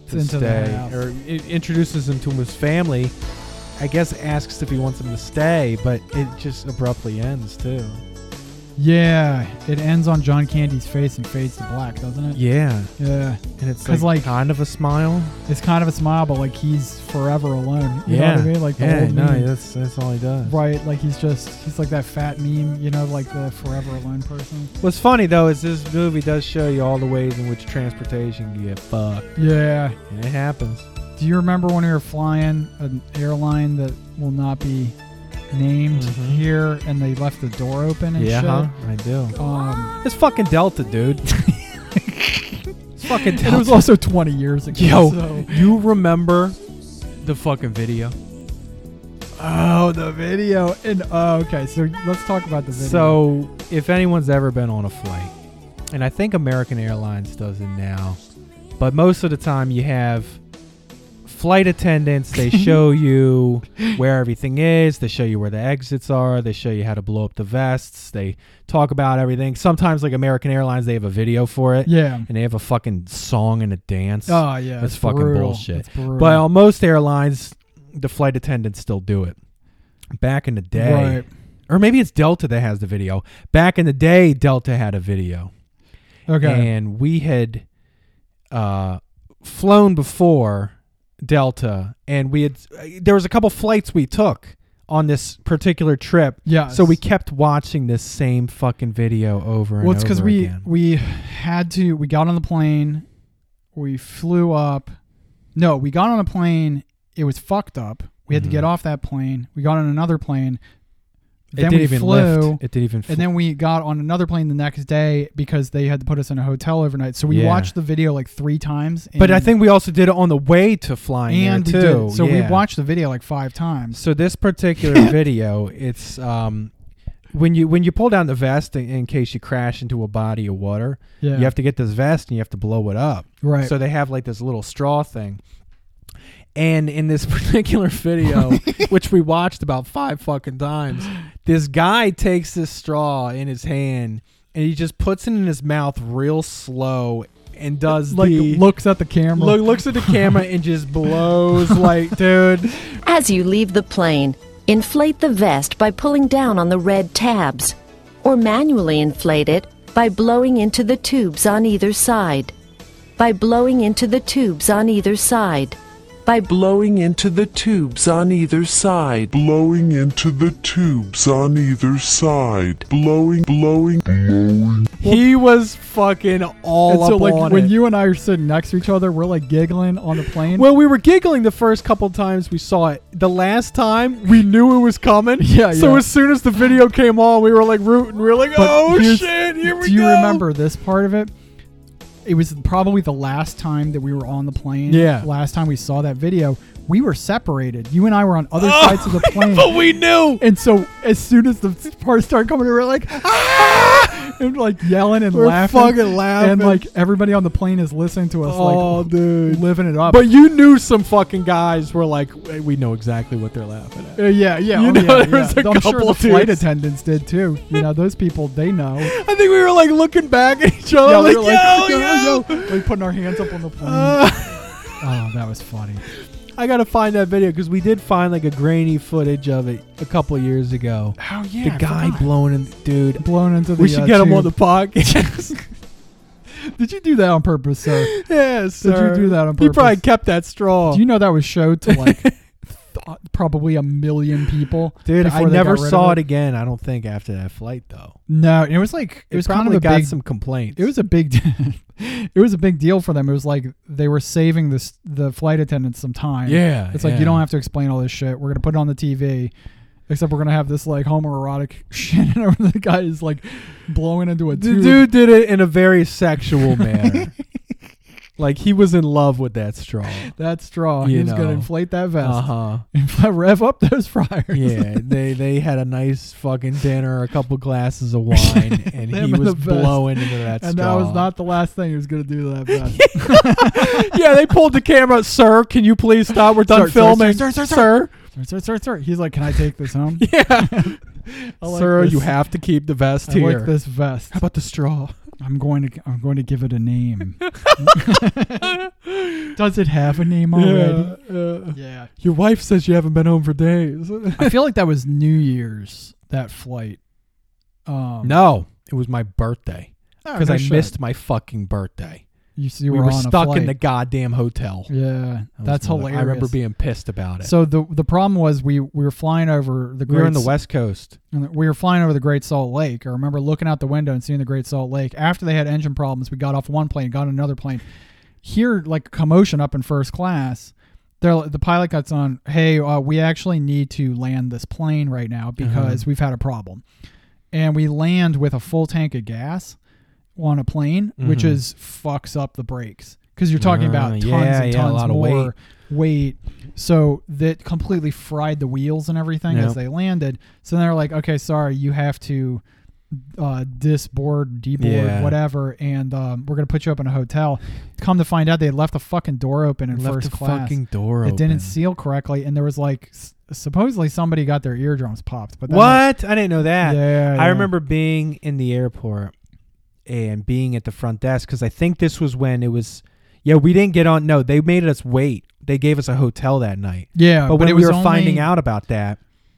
to
into the
stay,
house.
or i- introduces him to his family. I guess asks if he wants him to stay, but it just abruptly ends too.
Yeah. It ends on John Candy's face and fades to black, doesn't it?
Yeah,
Yeah.
and it's
'Cause,
like,
like-
kind of a smile.
It's kind of a smile, but like he's forever alone. You know what I mean? Like the
yeah,
old
no,
meme.
that's that's all he does.
Right, like he's just he's like that fat meme, you know, like the forever alone person.
What's funny though is this movie does show you all the ways in which transportation can get fucked,
Yeah.
and it happens.
Do you remember when we were flying an airline that will not be named
Mhm.
here, and they left the door open and
yeah,
shit?
huh? I do.
Um,
It's fucking Delta, [laughs] dude. it's fucking
and it was also 20 years ago.
Yo,
so-
you remember the fucking video?
oh, the video, and oh, okay, so let's talk about the video.
So, if anyone's ever been on a flight, and I think American Airlines does it now, but most of the time you have flight
[laughs]
attendants, they show you where everything is, they show you where the exits are, they show you how to blow up the vests, they talk about everything. Sometimes, like American Airlines, they have a video for it.
yeah,
And they have a fucking song and a dance.
oh yeah,
That's
it's
fucking
brutal.
bullshit.
It's brutal.
But on most airlines, the flight attendants still do it. Back in the day,
Right.
or maybe it's Delta that has the video. Back in the day, Delta had a video,
okay,
and we had uh, flown before Delta, and we had uh, there was a couple flights we took on this particular trip.
Yes.
So we kept watching this same fucking video over and
well, it's
because
because we we had to we got on the plane, we flew up. No, we got on a plane. It was fucked up. We had to get off that plane. We got on another plane.
Mm-hmm. it didn't even lift. It didn't even.
And then we got on another plane the next day because they had to put us in a hotel overnight. So we
Yeah.
watched the video like three times. And,
But I think we also did it on the way to flying
and
there,
we
too.
did, so
yeah.
we watched the video like five times.
So this particular video, it's um, when you when you pull down the vest in, in case you crash into a body of water,
Yeah.
you have to get this vest and you have to blow it up.
Right.
So they have like this little straw thing. [laughs] And in this particular video, which we watched about five fucking times, This guy takes this straw in his hand and he just puts it in his mouth real slow and does
Like
the
looks at the camera.
look, looks at the camera and
[laughs]
just blows like dude.
As you leave the plane, inflate the vest by pulling down on the red tabs, or manually inflate it by blowing into the tubes on either side. By blowing into the tubes on either side. By
blowing into the tubes on either side. Blowing into the tubes on either side. Blowing, blowing, blowing.
He was fucking all
and
up
so like
on
when
it.
you and I are sitting next to each other, we're like giggling on the plane.
Well, we were giggling the first couple times we saw it. The last time we knew it was coming.
[laughs] Yeah,
So
yeah.
as soon as the video came on, we were like rooting. We were like,
But
"Oh
here's-
shit, here we
Do you
go." [laughs]
remember this part of it? It was probably the last time that we were on the plane.
Yeah.
Last time we saw that video, we were separated. You and I were on other sides of the plane.
[laughs] But Oh, we knew.
And so as soon as the parts started coming, we were like, ah! and like yelling and
We're
laughing,
fucking laughing.
and like everybody on the plane is listening to us,
Oh,
[laughs] like living it up.
But you knew some fucking guys were like, "Hey, "We know exactly what they're laughing at."
Uh, yeah, yeah,
You
oh,
know,
yeah,
there was
yeah.
a
I'm sure
couple
the flight
dudes.
attendants did too. You know, those people, they
[laughs]
know.
I think we were like looking back at each other,
Yeah,
like,
we were [laughs]
"Yo, yo."
like putting our hands up on the plane.
Uh,
oh, that was funny.
[laughs] I gotta find that video because we did find like a grainy footage of it a couple years ago.
Oh yeah,
the guy blowing in, dude.
blown into the.
we should
uh,
get him
tube.
on
[laughs]
the podcast.
Did you do that on purpose, sir?
[laughs] yes,
Did you do that on
He probably
purpose?
kept that straw.
Do you know that was showed to
[laughs]
like th- probably a million people?
Dude, I
before they
never
got rid of
saw it again. I don't think after that flight though.
No, it was like it was kind of
probably
a
got
big.
some complaints.
it was a big. [laughs] it was a big deal for them. It was like they were saving this the flight attendants some time.
Yeah,
it's like
yeah.
you don't have to explain all this shit. We're gonna put it on the TV. Except we're gonna have this like homoerotic [laughs] shit over the guy is like blowing into a
the
tube.
dude did it in a very sexual
[laughs]
manner. like he was in love with that straw.
That straw.
You
He was
know.
gonna inflate that vest. [laughs]
Uh huh.
Infl- rev up those fryers. [laughs]
Yeah, they they had a nice fucking dinner, a couple
[laughs]
glasses of wine,
Him
and he
in
was
the vest.
blowing into that.
and
straw.
that was not the last thing he was gonna do to that
[laughs]
vest.
yeah, they pulled the camera. Sir, can you please stop? We're done
Sir, sir,
filming.
sir, sir, sir,
sir.
Sir, sir, sir, sir. He's like, can I take this home?
Yeah.
[laughs] I like
sir,
this.
you have to keep the vest
I
here.
like this vest.
How about the straw?
I'm going to I'm going to give it a
[laughs]
name. [laughs] Does it have a name already?
uh,
Yeah.
your wife says you haven't been home for days.
[laughs] I feel like that was New Year's that flight. Um,
no, it was my birthday because
no
I
shit.
missed my fucking birthday.
You, Ah, you
we
were,
were
on a
stuck in the
flight.
goddamn hotel.
Yeah,
That was
that's
another-
hilarious.
I remember being pissed about it.
So the the problem was we we were flying over the
we
Great
were in the
S-
West Coast.
and we were flying over the Great Salt Lake. I remember looking out the window and seeing the Great Salt Lake. After they had engine problems, we got off one plane, got on another plane. Here, like commotion up in first class. There, the pilot cuts on. Hey, uh, we actually need to land this plane right
Uh-huh.
now because we've had a problem, and we land with a full tank of gas on a plane, which is fucks up the brakes because you're talking about
Ah,
tons
Mm-hmm. yeah,
and
yeah, a
tons
lot of
more weight. So that completely fried the wheels and everything
Yep.
as they landed. So they're like, okay, sorry, you have to uh, disboard, deboard,
Yeah.
whatever, and um, we're gonna put you up in a hotel. Come to find out, they left the fucking door open in
Left
first
the
class.
fucking door
it
open.
didn't seal correctly, and there was like s- supposedly somebody got their eardrums popped.
Uh-huh.
But then-
What? I didn't know that.
Yeah,
I
yeah.
remember being in the airport and being at the front desk because I think this was when it was. Yeah, we didn't get on. No, they made us wait. They gave us a hotel that night.
Yeah,
Uh, but, when
it
we
was
were
only-
finding out about that,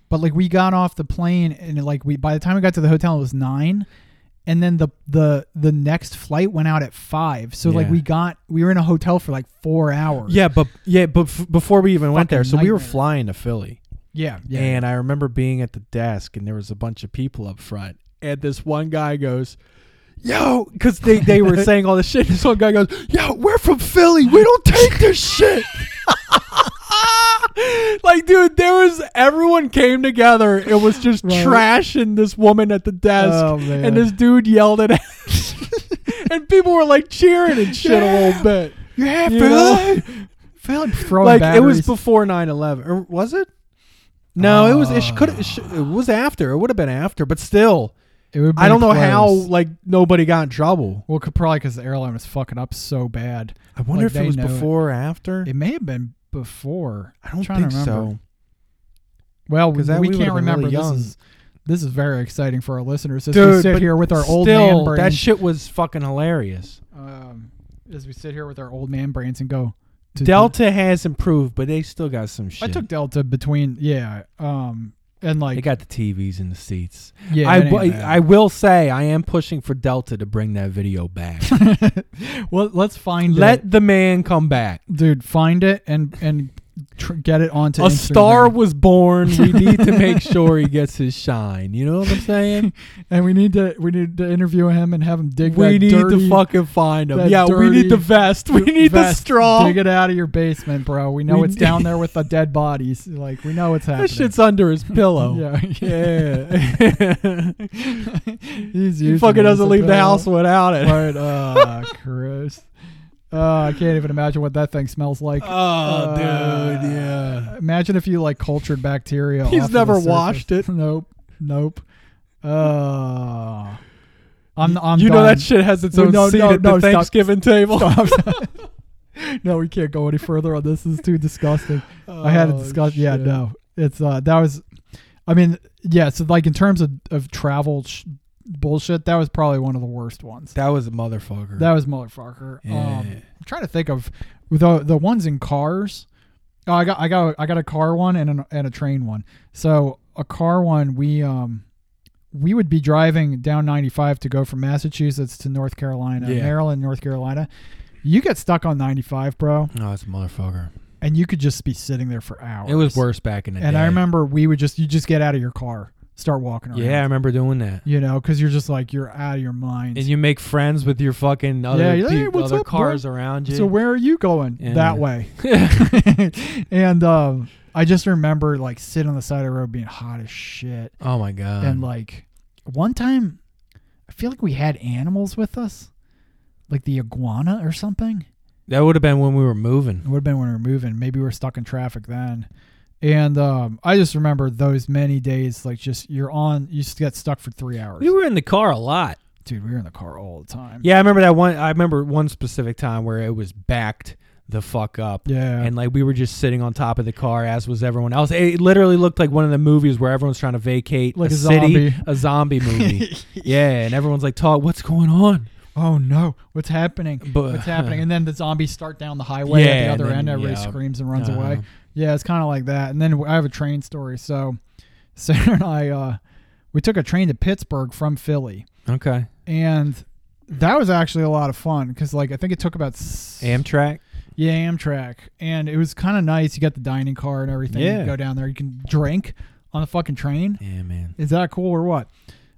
But like we got off the plane and like we by the time we got to the hotel it was nine, and then the the the next flight went out at five. So like
Yeah.
we got we were in a hotel for like four hours.
yeah, but yeah, but f- before we even went
Fucking
there, so we were
nightmare.
flying to Philly,
yeah, yeah.
and I remember being at the desk and there was a bunch of people up front, and this one guy goes. Yo, because they, they [laughs] were saying all this shit. This one guy goes, Yo, we're from Philly. We don't take this [laughs] shit. like, dude, there was everyone came together. It was just
Right.
trashing this woman at the desk,
Oh, man.
and this dude yelled at, [laughs] and people were like cheering and shit a little bit.
yeah,
You
Philly,
know?
Philly throwing
like it was
batteries.
before 9-11. or was it? No, it was. It could. It, sh- it was after. It would have been after, but still,
It would've
I
been
don't know how
close.
like nobody got in trouble.
Well, could, probably because the airline was fucking up so bad.
I wonder
Like,
if
they
it was
know
before or after.
It. may have been before.
I don't
trying
think
to remember.
so.
Well,
'Cause
we,
that-
we
we
can't
would've been really
remember.
young.
This is This is very exciting for our listeners as we sit
but
here with our old
still,
man brains.
That shit was fucking hilarious.
um, as we sit here with our old man brains and go. to-
Delta has improved, but they still got some shit.
I took Delta between yeah, um, and like
they got the TVs in the seats.
Yeah,
I,
it ain't
w-
bad.
I will say I am pushing for Delta to bring that video back.
[laughs] well, let's find
Let
it.
the man come back.
dude find it and and tr- get it onto
a
Instagram.
star was born.
[laughs]
We need to make sure he gets his shine. You know what I'm
[laughs]
saying?
and we need to we need to interview him and have him dig.
We
that
need to
dirty-
fucking find him.
that
Yeah, we need the
dirty
vest. We need the
vest.
straw.
Dig it out of your basement, bro. We know
We
it's
need-
down there with the dead bodies. Like we know it's happening.
That shit's under his pillow.
[laughs] Yeah.
yeah.
[laughs] He's
He
using
fucking
it as
doesn't
a
leave the
pillow.
house without it.
[laughs] Right. Oh, Christ. Oh, I can't even imagine what that thing smells like.
Oh,
Uh,
dude, yeah.
Imagine if you like cultured bacteria.
He's
off of
never
the surface.
washed it.
Nope. Nope. Uh, I'm. I'm.
you know
done.
that shit has its
We-
own
no,
seat
no,
at
no,
the
stop.
Thanksgiving table.
no, we can't go any further on this. This
[laughs]
is too disgusting. I had a
Oh,
discuss. Yeah,
shit.
no, it's uh, that was. I mean, yeah. So like in terms of of travel sh- bullshit, that was probably one of the worst ones.
that was a motherfucker.
That was motherfucker.
Yeah.
Um, I'm trying to think of the the ones in cars. Oh, I got I got I got a car one and an, and a train one. So a car one, we um we would be driving down 95 to go from Massachusetts to North Carolina,
Yeah.
Maryland, North Carolina. You get stuck on 95, bro,
no, it's a motherfucker.
and you could just be sitting there for hours.
It was worse back in the day.
And I remember we would just you just get out of your car, start walking around.
Yeah, I remember doing that.
You know, because you're just like you're out of your mind.
And you make friends with your fucking other,
you're like,
peop-
"Hey, what's
other
up, bro?"
cars around you.
So where are you going?
Yeah.
That
[laughs]
way. [laughs] and um, I just remember like sitting on the side of the road being hot as shit.
oh my god.
and like one time, I feel like we had animals with us, like the iguana or something.
that would have been when we were moving.
It would have been when we were moving. Maybe we were stuck in traffic then. And um, I just remember those many days, like just you're on, you just get stuck for three hours.
We were in the car a lot.
Dude, we were in the car all the time.
Yeah, I remember that one. I remember one specific time where it was backed the fuck up.
Yeah.
And like we were just sitting on top of the car, as was everyone else. It literally looked like one of the movies where everyone's trying to vacate
Like
a,
a
city,
zombie.
a
[laughs]
zombie movie. yeah, and everyone's like, "Talk, what's going on?"
oh no, what's happening?
But-
what's happening? And then the zombies start down the highway
Yeah,
at
and
the other
then,
end. Everybody
yeah.
screams and runs
Uh-huh.
away. Yeah, it's kind of like that. And then I have a train story. So [laughs] Sarah and I, uh, we took a train to Pittsburgh from Philly,
Okay,
and that was actually a lot of fun because, like, I think it took about s-
Amtrak.
yeah Amtrak, and it was kind of nice. You got the dining car and everything. You
Yeah.
can go down there. You can drink on the fucking train.
Yeah, man.
Is that cool or what?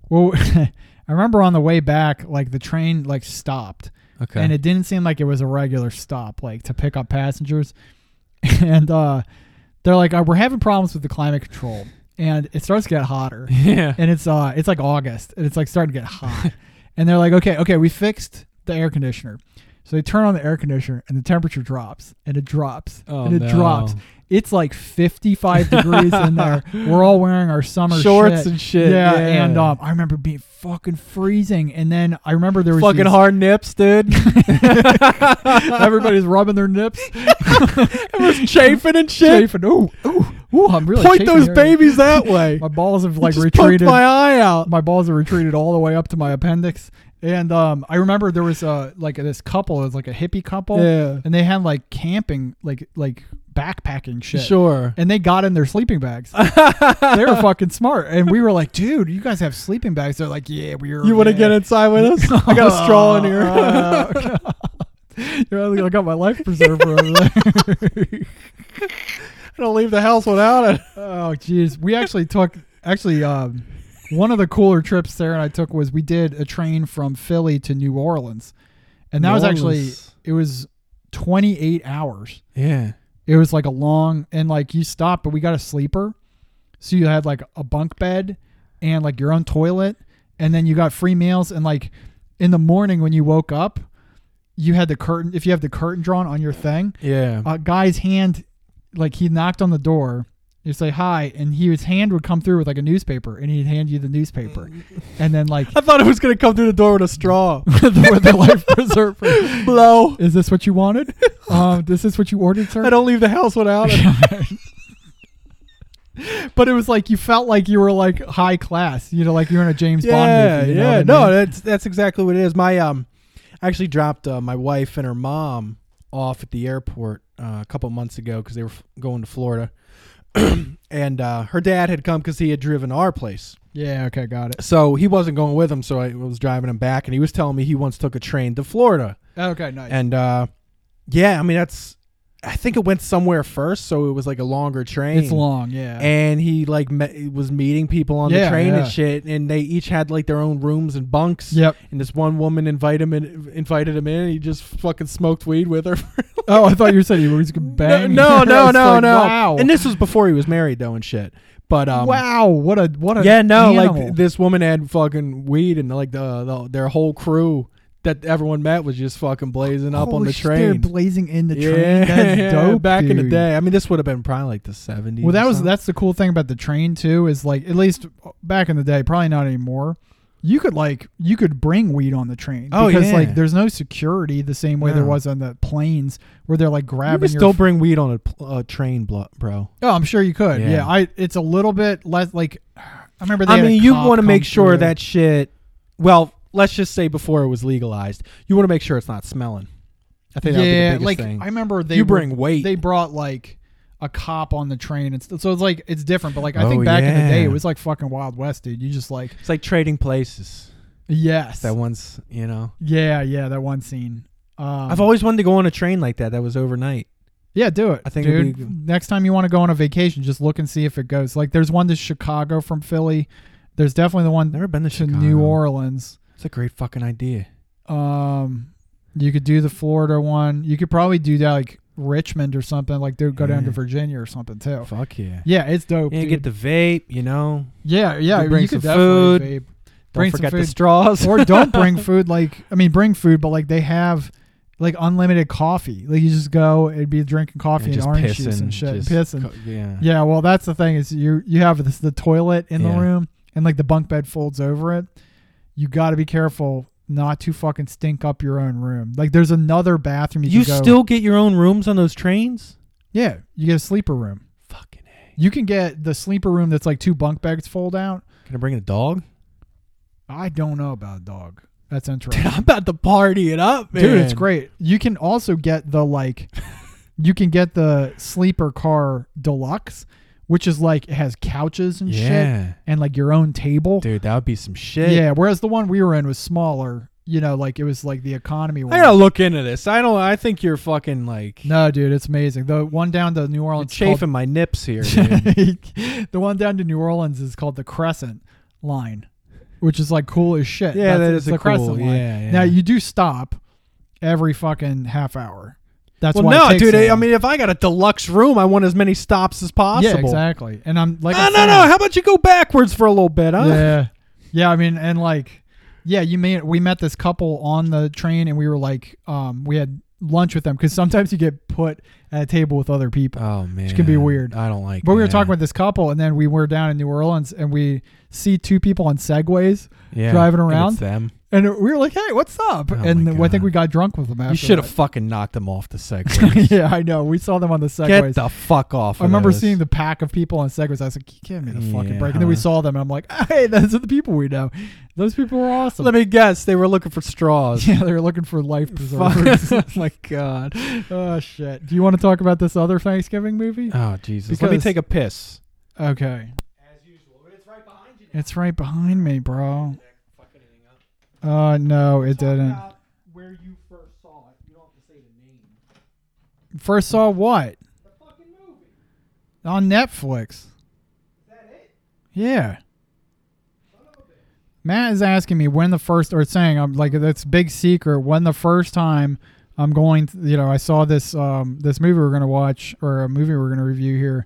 Well, [laughs] I remember on the way back, like the train like stopped,
Okay.
and it didn't seem like it was a regular stop, like to pick up passengers. [laughs] And uh, they're like, oh, we're having problems with the climate control, and it starts to get hotter.
[laughs] yeah.
And it's uh, it's like August, and it's like starting to get
[laughs]
hot. and they're like, okay, okay, we fixed the air conditioner. So they turn on the air conditioner, and the temperature drops, and it drops,
Oh,
and it
no.
drops. It's like 55 degrees
[laughs]
in there. We're all wearing our summer
Shorts and shit,
Yeah,
yeah.
and um, I remember being fucking freezing. And then I remember there was
Fucking
these-
hard nips, dude.
[laughs] Everybody's rubbing their
[laughs]
nips,
Everyone's chafing and shit.
chafing. Ooh, ooh, ooh! I'm really
Point
chafing
those
here. [laughs]
babies that way.
My balls have like
Just poked
retreated.
my eye out.
my balls have retreated all the way up to my appendix. And um, I remember there was uh like this couple, it was like a hippie couple,
Yeah.
and they had like camping, like like backpacking shit.
Sure.
And they got in their sleeping
[laughs]
bags. they were fucking smart, and we were like, "Dude, you guys have sleeping bags." They're like, "Yeah, we're."
You want to
yeah."
get inside
[laughs]
with us? I got a straw in here.
Oh, God. You're like, I got my life preserver over [laughs] there.
I don't leave the house without it.
[laughs] Oh, jeez. We actually took actually um, one of the cooler trips Sarah and I took was we did a train from Philly to New Orleans, and that
New
was
Orleans.
actually it was 28 hours.
Yeah.
It was like a long and like you stopped, but we got a sleeper, so you had like a bunk bed and like your own toilet, and then you got free meals and like in the morning when you woke up, you had the curtain if you have the curtain drawn on your thing,
Yeah.
a guy's hand, like he knocked on the door. You say hi, and he, his hand would come through with like a newspaper, and he'd hand you the newspaper, and then like
[laughs] I thought it was gonna come through the door with a straw.
[laughs] with the life preserver.
Blow.
Is this what you
[laughs]
wanted? Um, this is what you ordered, sir. [laughs]
I don't leave the house without it.
but it was like you felt like you were like high class. You know, like you're in a James Bond movie. you know
yeah.
what I
no,
mean?
that's that's exactly what it is. My um, I actually dropped uh, my wife and her mom off at the airport uh, a couple months ago because they were f- going to Florida, [clears throat] and uh, her dad had come because he had driven our place.
yeah. Okay, got it.
So he wasn't going with him, so I was driving him back, and he was telling me he once took a train to Florida.
Okay, nice.
And uh, yeah, I mean that's. I think it went somewhere first, so it was like a longer train.
It's long, yeah.
And he like met, was meeting people on the
Yeah,
train
yeah.
and shit, and they each had like their own rooms and bunks.
Yep.
And this one woman invited him in, invited him in, and he just fucking smoked weed with her. [laughs]
oh, I thought you said you were just banging. [laughs]
No, no,
It's
no,
like,
no.
Wow.
And this was before he was married though and shit. But um,
wow, what a what a
yeah, no, like
animal.
th- this woman had fucking weed and like the, the their whole crew that everyone met was just fucking blazing up on
Holy
the
shit, They're
train.
blazing in the train. [laughs] That's
[laughs] yeah,
dope.
Back in the
dude.
day, I mean, this would have been probably like the seventies.
Well, that was that's the cool thing about the train too is like at least back in the day, probably not anymore. You could like you could bring weed on the train
Oh,
because
yeah.
like there's no security the same way there
No.
was on the planes where they're like
You
grabbing
could
your
still bring weed on a, pl- a train, blo- bro.
Oh, I'm sure you could.
Yeah.
Yeah. I it's a little bit less like I remember they
I
had a
mean, you
cop
want to
come
make sure
through.
that shit. Well, let's just say before it was legalized, you want to make sure it's not smelling. I think that would be the
yeah,
biggest
like
thing.
I remember they
you
were-
bring weight.
They brought like a cop on the train and st- so it's like it's different, but like I
Oh,
think back in the day
yeah.
it was like fucking Wild West, dude. You just like
it's like trading places.
yes,
That one's you know.
yeah, yeah, that one scene. Um,
I've always wanted to go on a train like that. That was overnight.
Yeah, do it.
I think
dude.
it'd be-
next time you want to go on a vacation, just look and see if it goes. Like, there's one to Chicago from Philly. There's definitely the one.
Never been to Chicago.
New Orleans.
It's a great fucking idea.
Um, you could do the Florida one. You could probably do that like Richmond or something. Like, dude, go down to
Yeah.
Virginia or something too.
Fuck yeah.
Yeah, it's dope.
Mm. Yeah,
dude.
get the vape. You know,
yeah, yeah.
you bring
could
some
definitely
food.
vape.
Don't
Bring some
forget the
food.
straws.
or don't
[laughs]
bring food. Like, I mean, bring food, but like they have like unlimited coffee. Like, you just go and be drinking coffee and,
just
orange juice
pissing,
and shit, and
just
pissing.
co- yeah.
Yeah, well, that's the thing is you you have this, the toilet in
Yeah.
the room and like the bunk bed folds over it. You got to be careful not to fucking stink up your own room. Like there's another bathroom you,
You
can go-
still get your own rooms on those trains?
yeah you get a sleeper room.
Fucking a.
You can get the sleeper room that's like two bunk beds fold out.
Can I bring a dog?
I don't know about a dog. That's
Dude,
interesting,
[laughs] I'm about to party it up, man.
dude. It's great. You can also get the like, [laughs] you can get the sleeper car deluxe, which is like it has couches and
Yeah.
shit and like your own table.
Dude, that would be some shit.
Yeah, whereas the one we were in was smaller. You know, like it was like the economy one.
I gotta look into this. I don't I think you're fucking like
no, dude, it's amazing. The one down to New
you're
Orleans,
chafing
called-
my nips [laughs] here. dude.
[laughs] the one down to New Orleans is called the Crescent Line, which is like cool as shit.
Yeah, that
That's-
is
it's
a
the Crescent
cool-
Line.
yeah, yeah.
Now you do stop every fucking half hour. That's
well
why it
no,
takes
dude,
so
I, I
long.
mean if I got a deluxe room, I want as many stops as possible.
yeah, exactly. And I'm like,
No,
I'm
no,
saying-
no. How about you go backwards for a little bit, huh?
Yeah. Yeah, I mean, and like, yeah, you may we met this couple on the train, and we were like, um, we had lunch with them because sometimes you get put at a table with other people,
Oh man.
which can be weird.
I don't like
But we were
that.
talking with this couple, and then we were down in New Orleans, and we see two people on segways
Yeah,
driving
and it's
around,
them.
and we were like, "Hey, what's up?"
Oh
and
my
I think
God.
we got drunk with them. After
You should have
that.
fucking knocked them off the [laughs]
[laughs]
segway.
yeah, I know. We saw them on the segways.
Get the fuck off.
I
of
remember
those.
seeing the pack of people on segways. I was like, "Give me the fucking
Yeah,
break!" And then we
huh.
saw them, and I'm like, "Hey, those are the people we know. Those people were awesome."
Let me guess, they were looking for straws.
[laughs] Yeah, they're looking for
[laughs]
life preservers. [laughs]
oh
oh my god. Oh shit. Do you want to talk about this other Thanksgiving movie?
Jesus! Let me
Because-
take a piss.
Okay. As usual, it's right behind you. It's right behind me, bro. Uh no, it didn't.
Where you first saw it, you don't have to say the name.
First saw what? On Netflix. Is that it? Yeah. Matt is asking me when the first, or saying I'm like that's big secret. When the first time I'm going, to, you know, I saw this um this movie we're gonna watch or a movie we're gonna review here.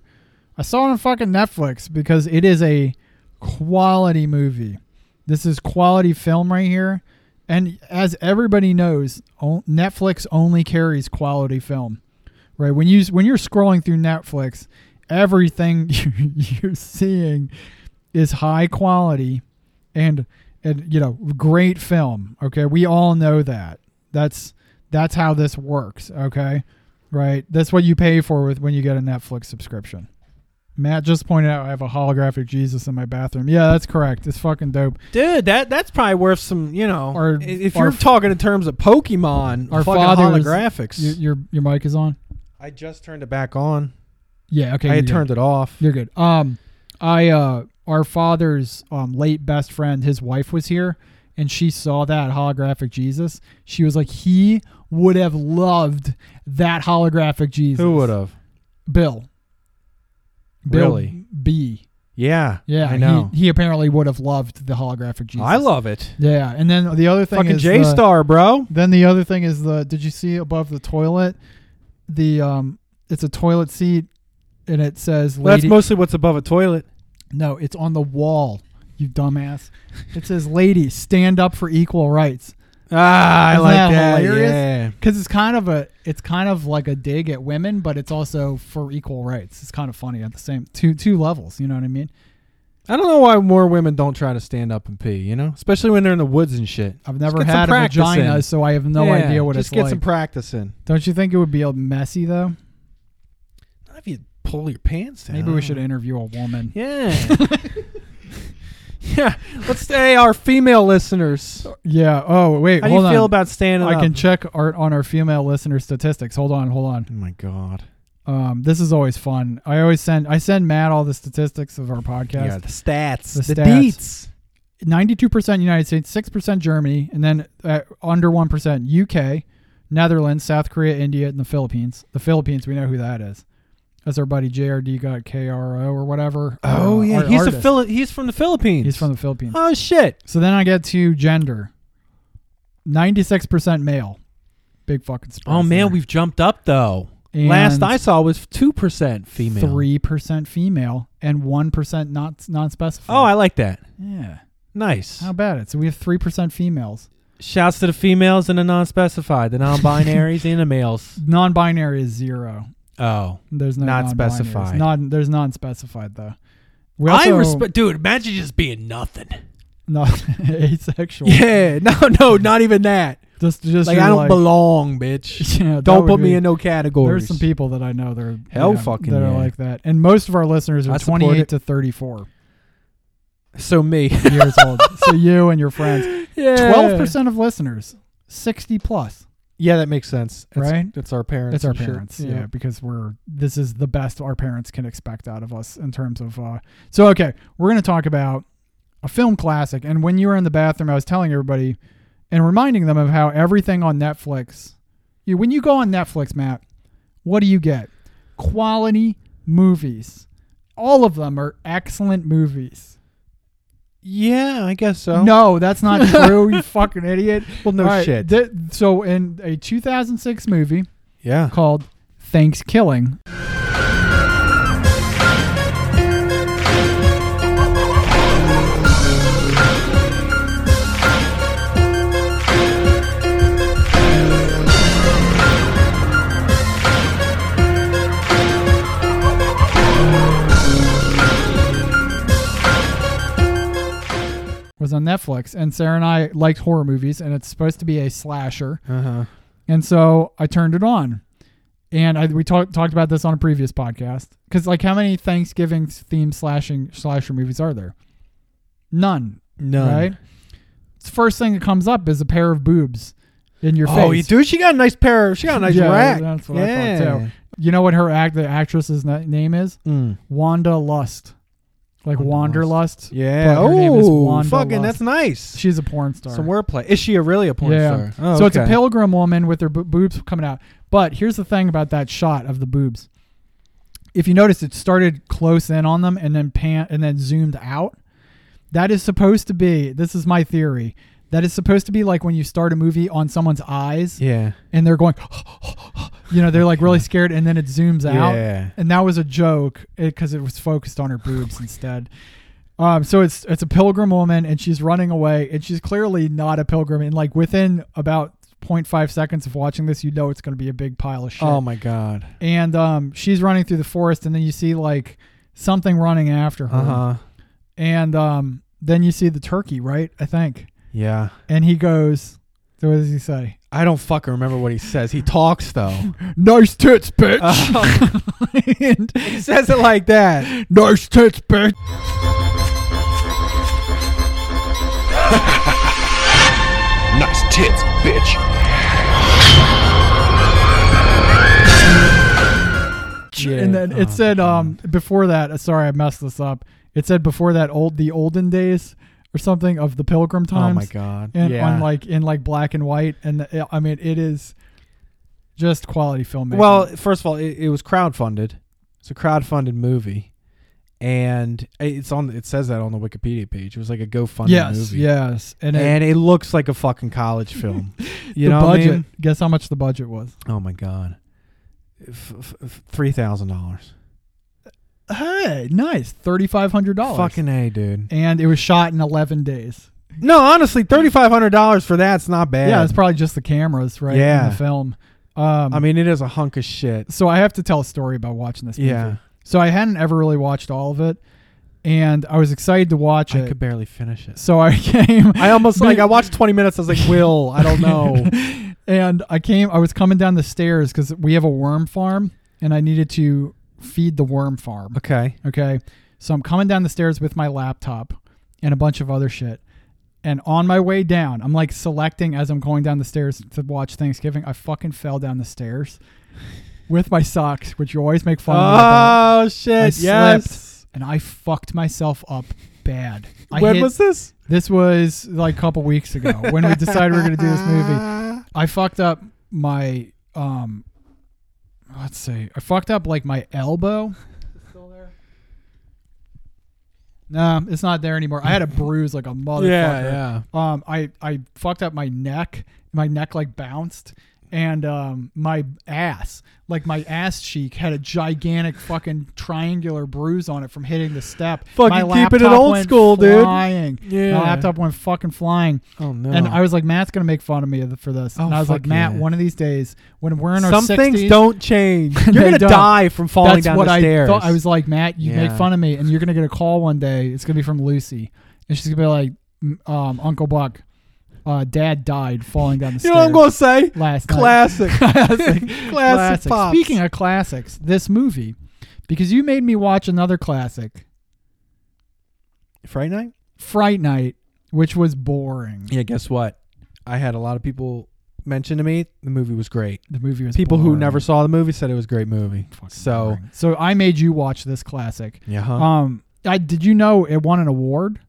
I saw it on fucking Netflix because it is a quality movie. This is quality film right here, and as everybody knows, o- Netflix only carries quality film right? When you when you're scrolling through Netflix, everything [laughs] you- you're seeing is high quality and and you know great film. Okay, we all know that. That's that's how this works. Okay, right? That's what you pay for with when you get a Netflix subscription. Matt just pointed out I have a holographic Jesus in my bathroom. Yeah, that's correct. It's fucking dope.
dude. That that's probably worth some. You know,
Our-
if
our
you're
f-
talking in terms of Pokemon,
Our
or fucking
father's-
holographics.
Your, your your mic is on.
I just turned it back on.
Yeah. Okay.
I
you're
had
good.
turned it off.
You're good. Um, I uh, our father's um late best friend, his wife was here, and she saw that holographic Jesus. She was like, he would have loved that holographic Jesus.
Who would have?
Bill.
Really?
B.
Yeah.
Yeah,
I know.
He, he apparently would have loved the holographic Jesus.
I love it.
Yeah, and then the other thing
Fucking
is uh,
J Star, bro.
the- then the other thing is the. Did you see above the toilet? The um, it's a toilet seat, and it says
Well,
lady.
that's mostly what's above a toilet.
no, it's on the wall. You dumbass. It says, "Ladies, stand up for equal rights."
Ah, I
Isn't
like
that,
that.
hilarious?
Yeah.
Because it's kind of a, it's kind of like a dig at women, but it's also for equal rights. It's kind of funny at the same two two levels. You know what I mean?
I don't know why more women don't try to stand up and pee. You know, especially when they're in the woods and shit.
I've
Just
never
get some
had a
practice
vagina,
in.
so I have no
Yeah,
idea what
just
it's
get
like.
some practice in.
Don't you think it would be a messy though?
If you pull your pants down,
Maybe we should interview a woman.
Yeah. [laughs] yeah. Let's say our female listeners.
Yeah. Oh wait.
How do you
hold
feel
on.
about standing
I
up?
can check art on our female listener statistics. Hold on. Hold on.
Oh my god.
Um, this is always fun. I always send I send Matt all the statistics of our
Yeah,
podcast.
the stats,
The
the,
stats.
deets.
Ninety two percent United States, six percent Germany, and then uh, under one percent UK, Netherlands, South Korea, India, and the Philippines. The Philippines, we know who that is. That's our buddy JRD got KRO or whatever.
Oh
uh,
yeah,
our
he's a
artist.
Phil- he's from the Philippines.
He's from the Philippines.
Oh shit.
So then I get to gender. Ninety six percent male. Big fucking surprise.
Oh man, we've jumped up though. Last
And
I saw was two percent female.
three percent female and one percent not non specified.
Oh, I like that.
yeah.
Nice.
How bad it? So we have three percent females.
Shouts to the females and the non-specified, the non-binaries and the [laughs] males.
Non binary is zero.
Oh,
There's no
Not
non-binaries.
specified.
Non there's non specified though. We
I
also- [laughs]
respect, dude. Imagine just being nothing.
no [laughs] asexual. [laughs]
Yeah, [laughs] no, no, not even that.
Just just
Like
you're
I don't belong, bitch.
[laughs] Yeah, that
don't
would
put me
be-
in no
There's
categories.
some people that I know that are
Hell
you know,
fucking
that are
yeah.
like that, and most of our listeners are
I support
28
it.
to 34
So me.
years old. So you and your friends,
[laughs] Yeah.
12 percent of listeners, 60 plus.
Yeah, that makes sense. It's-
Right?
It's our parents.
It's our
and shit.
parents, yeah. because we're this is the best our parents can expect out of us in terms of. Uh, so okay, we're gonna talk about a film classic, and when you were in the bathroom, I was telling everybody and reminding them of how everything on Netflix, you when you go on Netflix, Matt, what do you get? Quality movies. All of them are excellent movies.
Yeah, I guess so.
No, that's
[laughs]
not true. you fucking idiot.
Well, no
All right,
shit.
th- so in a 2006 movie
Yeah.
called Thanksgiving. was on Netflix, and Sarah and I liked horror movies, and it's supposed to be a slasher.
Uh huh.
And so I turned it on, and I, we talked talked about this on a previous podcast because like how many Thanksgiving themed slashing slasher movies are there? None,
None.
right? It's the first thing that comes up is a pair of boobs in your face.
Oh, you do. She got a nice pair. She got a nice
yeah,
rack.
That's what
yeah.
I thought too. You know what her act the actress's na- name is?
Mm.
Wanda Lust, like
Wanda
Wanderlust.
Yeah.
but her name is
Oh,
Wanda
fucking.
Lust.
That's nice.
She's a porn star.
Some wordplay. Is she a really a porn
yeah.
star? Oh,
so it's a
okay.
pilgrim woman with her bo- boobs coming out. But here's the thing about that shot of the boobs. If you notice, it started close in on them and then pan and then zoomed out. That is supposed to be. This is my theory. That is supposed to be like when you start a movie on someone's eyes
Yeah.
and they're going, [gasps] you know, they're like really scared, and then it zooms out.
Yeah.
And that was a joke because it was focused on her boobs instead. Um, so it's it's a pilgrim woman, and she's running away, and she's clearly not a pilgrim. And like within about 0.5 seconds of watching this, you know it's going to be a big pile of shit.
Oh my god.
and um, she's running through the forest, and then you see like something running after her,
Uh huh.
and um, then you see the turkey, right? I think,
Yeah.
and he goes, So what does he say?
I don't fucking remember what he says. He
[laughs]
talks though.
nice tits, bitch. Uh,
[laughs] he says it like that.
Nice tits, bitch.
Nice tits, bitch.
and then it said
Oh,
um before that. uh, Sorry, I messed this up. It said before that old the olden days or something of the pilgrim times.
Oh, my God.
And
Yeah.
on like in like black and white, and the, I mean it is just quality filmmaking.
Well, first of all, it, it was crowdfunded. It's a crowdfunded movie, and it's on. It says that on the Wikipedia page. It was like a GoFundMe
Yes,
movie.
yes, and
and
it-
it, looks like a
[laughs]
fucking college film. You
the
know
budget.
what I mean?
Guess how much the budget was?
Oh my god, F- f- f- three thousand dollars.
Hey, nice thirty five hundred dollars.
Fucking a, dude.
Oh, And it was shot in eleven days.
No, honestly, thirty five hundred dollars for that's not bad.
Yeah, it's probably just the cameras, right? in
Yeah.
the film. Um,
I mean, it is a hunk of shit.
so I have to tell a story about watching this movie.
Yeah.
So I hadn't ever really watched all of it, and I was excited to watch
I
it.
could barely finish it.
so I [laughs] came.
I almost like I watched twenty minutes. I was like, Will, I don't know.
[laughs] and I came. I was coming down the stairs because we have a worm farm, and I needed to feed the worm farm.
[laughs] okay.
Okay. So I'm coming down the stairs with my laptop and a bunch of other shit. And on my way down, I'm like selecting as I'm going down the stairs to watch Thanksgiving. I fucking fell down the stairs with my socks, which you always make fun of. me about.
Oh shit!
I
yes.
slipped and I fucked myself up bad. I
When
hit-
was this?
This was like a couple weeks ago when we decided we are going to do this movie. I fucked up my um let's see. I fucked up like my elbow. No, it's not there anymore. I had a bruise like a motherfucker. yeah.
Yeah,
Um I I fucked up my neck. My neck like bounced and um my ass, like my ass cheek had a gigantic fucking triangular bruise on it from hitting the step.
Fucking
My
keeping it
laptop
old
went
school, dude.
flying.
Yeah.
My laptop went fucking flying.
Oh, no.
And I was like, Matt's gonna make fun of me for this.
Oh,
and I was
fuck
like, Matt,
yeah.
one of these days when we're in our
Some
60s,
things don't [laughs] change. You're
they
gonna
don't.
die from falling
That's
down
what
the
I
stairs.
Thought. I was like, Matt, you make
Yeah.
fun of me, and you're gonna get a call one day. It's gonna be from Lucy, and she's gonna be like, "M- um, Uncle Buck, uh, Dad died falling down the
[laughs] you
stairs.
know what I'm gonna say?
Last night.
classic,
[laughs] classic,
[laughs] classic,
classics.
pops.
Speaking of classics, this movie, because you made me watch another classic,
Friday night.
Fright Night, which was boring.
Yeah, guess what? I had a lot of people mention to me the movie was great.
The movie was
People who
boring.
never saw the movie said it was a great movie. so
boring. So I made you watch this classic.
yeah. huh?
Um, I did you know it won an award?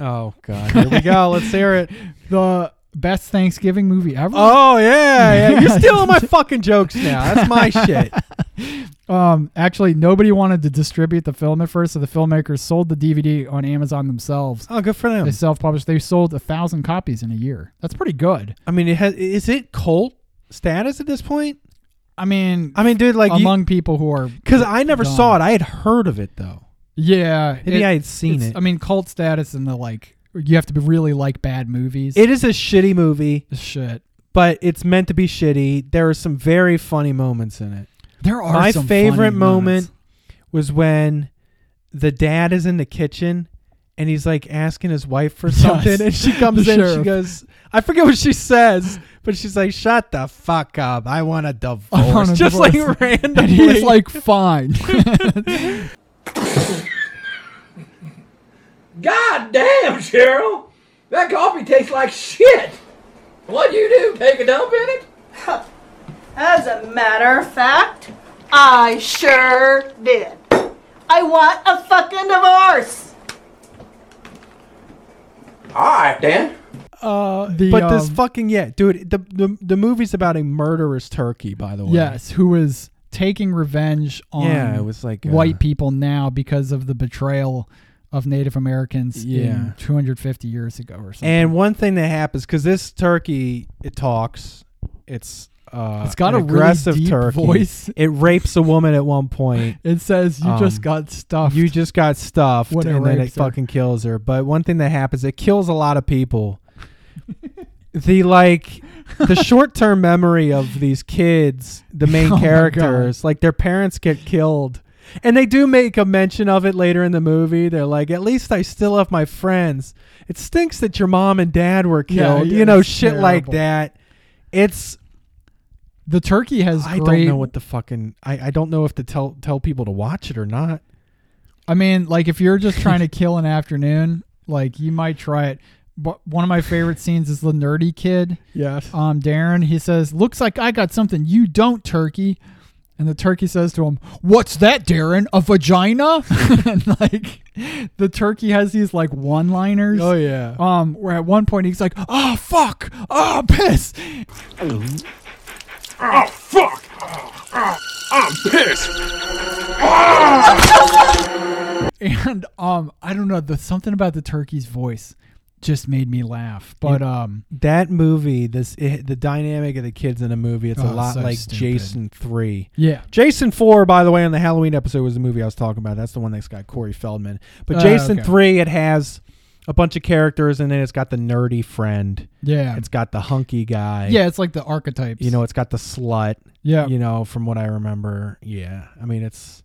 oh god, here we [laughs] go. Let's hear it.
The best Thanksgiving movie ever.
Oh yeah, yeah. You're stealing my fucking jokes now. That's [laughs] my shit.
Um, actually, nobody wanted to distribute the film at first, so the filmmakers sold the DVD on Amazon themselves.
Oh, good for them.
They self-published. They sold a thousand copies in a year. That's pretty good.
I mean, it has. Is it cult status at this point?
I mean,
I mean, dude, like you-
among people who are,
Because I never
Gone.
saw it. I had heard of it though.
yeah,
Maybe I had seen
it's-
it.
I mean, cult status and the like. You have to be really like bad movies.
It is a shitty movie,
shit.
but it's meant to be shitty. There are some very funny moments in it.
There are
My
some
favorite
funny
moment
moments. [laughs]
was when the dad is in the kitchen and he's like asking his wife for something,
[laughs] Yes.
and she comes
The
in. and She
sheriff.
goes, "I forget what she says, but she's like, shut the fuck up. I want a divorce.' [laughs]
want a
Just
divorce.
like randomly.
and he's
[laughs]
like, fine.
God damn, Cheryl! That coffee tastes like shit! What do you do? Take a dump in it?
As a matter of fact, I sure did. I want a fucking divorce.
Alright then.
Uh,
The,
but this
um,
fucking yeah, dude. The, the the movie's about a murderous turkey, by the way.
Yes, who was taking revenge on
Yeah, it was like, uh,
white people now because of the betrayal of Native Americans
Yeah.
in 250 years ago or something.
And one thing that happens because this turkey it talks, it's uh,
It's got
an
a really
aggressive
deep
turkey
voice.
It rapes a woman at one point.
it says you just
Um,
got stuffed.
You just got stuffed,
When it
and then it
rapes her.
fucking kills her. But one thing that happens, it kills a lot
[laughs]
of people. the like, the short-term memory of these kids, the
[laughs]
main
Oh my God.
characters, like their parents get killed, And they do make a mention of it later in the movie. They're like, "At least I still have my friends." It stinks that your mom and dad were
Yeah,
killed.
yeah,
you know,
it's
shit like
terrible.
that. It's
the turkey has.
I
great-
don't know what the fucking. I, I don't know if to tell tell people to watch it or not.
I mean, like if you're just
[laughs]
trying to kill an afternoon, like you might try it. But one of my favorite scenes is the nerdy kid.
Yes.
Um, Darren. He says, "Looks like I got something you don't, turkey." And the turkey says to him, "What's that, Darren? A vagina?" [laughs] and like, the turkey has these like one-liners.
Oh, yeah.
Um, where at one point he's like, "Oh fuck! Oh piss!"
Oh, fuck! Oh, I'm pissed!
And um, I don't know. The something about the turkey's voice just made me laugh. But
And
um,
that movie, this it, the dynamic of the kids in a movie, it's a
Oh,
lot
so
like
stupid.
Jason three.
Yeah.
Jason four, by the way, on the Halloween episode was the movie I was talking about. That's the one that's got Corey Feldman. But
Oh,
Jason
okay.
three, it has a bunch of characters, and then it's got the nerdy friend.
Yeah.
it's got the hunky guy.
yeah, it's like the archetypes.
you know, it's got the slut.
Yeah.
you know, from what I remember. Yeah, I mean, it's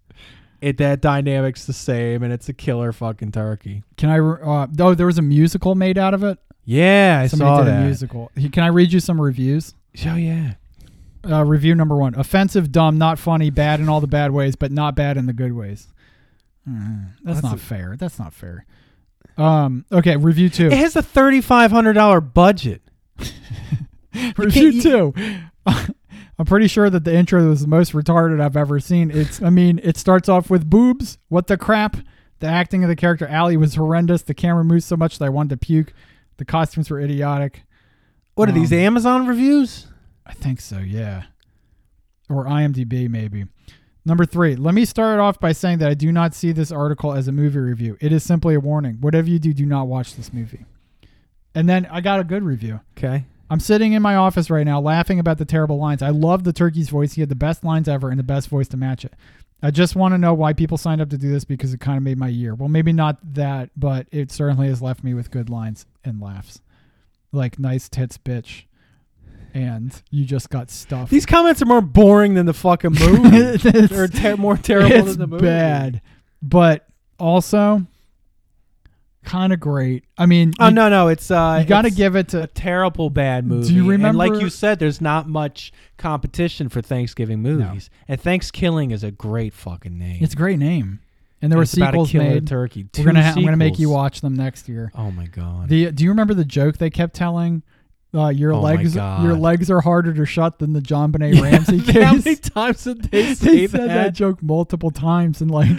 it that dynamic's the same, and it's a killer fucking turkey.
Can I? re- Uh, oh, there was a musical made out of it.
Yeah, I
Somebody
saw
did
that.
a musical. He- Can I read you some reviews?
Oh yeah.
Uh, review number one: offensive, dumb, not funny, bad in all the bad ways, but not bad in the good ways. Mm, that's,
That's
not
a-
fair. That's not fair. Um. Okay. Review two.
[laughs] It has a thirty five hundred dollar budget.
[laughs]
e-
review two. [laughs] I'm pretty sure that the intro was the most retarded I've ever seen. It's, I mean, it starts off with boobs. What the crap? The acting of the character Allie was horrendous. The camera moved so much that I wanted to puke. The costumes were idiotic.
What are these
Um,
Amazon reviews?
I think so, yeah. Or IMDb, maybe. Number three, let me start off by saying that I do not see this article as a movie review. It is simply a warning. Whatever you do, do not watch this movie. And then I got a good review.
Okay.
I'm sitting in my office right now laughing about the terrible lines. I love the turkey's voice. He had the best lines ever and the best voice to match it. I just want to know why people signed up to do this because it kind of made my year. Well, maybe not that, but it certainly has left me with good lines and laughs. Like nice tits bitch and you just got stuffed. [laughs]
These comments are more boring than the fucking movie. They're ter- more terrible
it's
than the movie.
bad, but also kind of great. I mean,
Oh
you-
no, no, it's uh
you got to
it's
give it to
a terrible bad movie.
Do you
And like
remember-
you said, there's not much competition for Thanksgiving movies. And Thanksgiving is a great fucking name.
It's a great name. And there were
It's about a
sequels
killer
made.
turkey.
We're
Two
gonna ha- I'm gonna make you
sequels.
watch them next year.
Oh my god.
The do you remember the joke they kept telling? Uh, your
Oh my
legs,
God.
your legs are harder to shut than the John
[laughs]
Benet Ramsey case.
How many times did they
[laughs]
say
they said
that?
that joke multiple times, and like,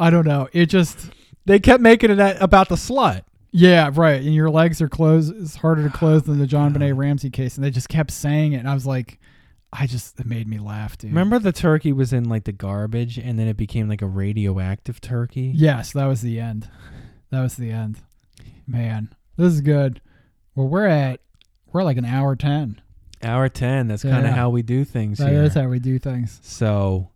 I don't know. It just
They kept making it at, about the slut.
yeah, right. And your legs are closed. It's harder to close than the
[sighs]
John Benet Ramsey case, and they just kept saying it. And I was like, I just it made me laugh, dude.
Remember the turkey was in like the garbage and then it became like a radioactive turkey?
Yes, that was the end. That was the end. Man, this is good. Well, we're at we're at like an hour ten.
Hour 10. That's kind of
Yeah.
how we do things
That
here.
is how we do things.
So,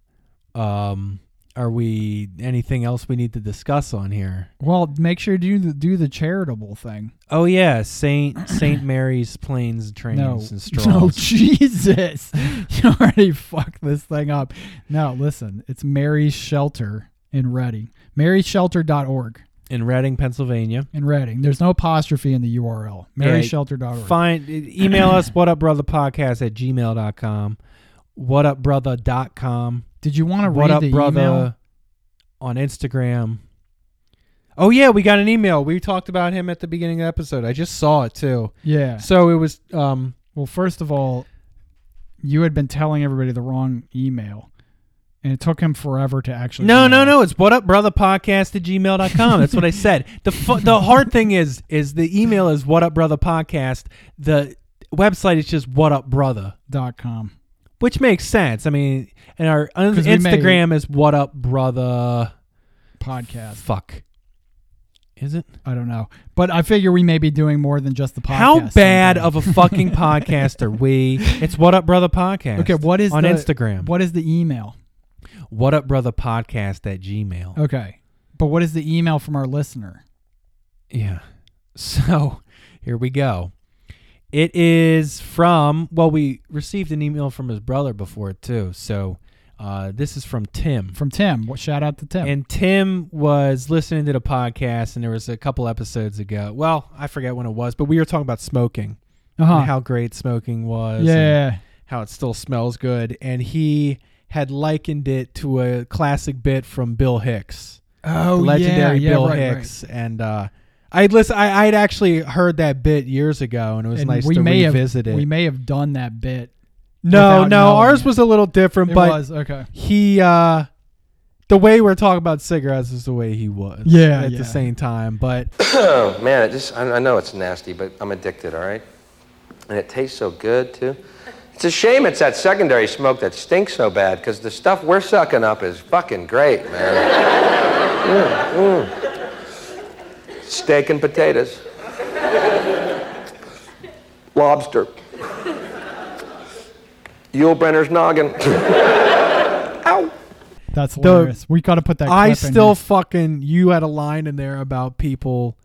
um, are we anything else we need to discuss on here?
Well, make sure you do the, do the charitable thing.
Oh
[coughs]
yeah, Saint Saint Mary's planes,
[laughs]
trains,
No,
and straws.
no, Jesus! [laughs] You already fucked this thing up. No, listen, it's Mary's Shelter in Reading. MaryShelter.org
in Reading, Pennsylvania.
in Reading. There's no apostrophe in the URL. MaryShelter.org.
Find e, email us what up brother podcast at gmail.com. What up brother.com.
Did you want to
What
read
up
the
brother
email?
on Instagram. Oh yeah, we got an email. We talked about him at the beginning of the episode. I just saw it too.
Yeah.
So it was um
Well, first of all, you had been telling everybody the wrong email, and it took him forever to actually.
No,
email
no,
us.
no. It's what up, brother podcast at gmail.com. That's what I said. The fu- the hard thing is is the email is what up, brother podcast. The website is just what up, brother,
dot com.
which makes sense. I mean, and our un-
'Cause we may-
Instagram is what up, brother.
Podcast.
Fuck. Is it?
I don't know, but I figure we may be doing more than just the podcast.
How bad
sometime.
of a fucking
[laughs]
podcast are we? It's what up, brother podcast.
Okay, what is
on
the-
Instagram?
What is the email?
What up, brother podcast at gmail.
Okay, but what is the email from our listener?
Yeah. [laughs] So here we go. It is from, well, we received an email from his brother before it too. So Uh, this is from Tim.
From Tim. What shout out to Tim.
And Tim was listening to the podcast, and there was a couple episodes ago. Well, I forget when it was, but we were talking about smoking
Uh-huh.
and how great smoking was. and
Yeah.
How it still smells good. And he had likened it to a classic bit from Bill Hicks.
Oh,
The legendary
yeah, yeah,
Bill
right, right.
Hicks. And uh, I'd listen, I, I'd actually heard that bit years ago, and it was
And
nice
we
to
may
revisit
have,
it.
We may have done that bit.
No,
without
no,
knowing
ours
it.
was a little different,
It
but
was, okay.
He uh the way we're talking about cigarettes is the way he was.
Yeah,
At
yeah.
the same time. But
oh man, it just, I, I know it's nasty, but I'm addicted, all right? And it tastes so good, too. It's a shame it's that secondary smoke that stinks so bad, because the stuff we're sucking up is fucking great, man. Mm, mm. Steak and potatoes. Lobster. Yule Brenner's noggin.
That's
The-
hilarious. we got to put that. Clip
I
in
still
here.
fucking you had a line in there about people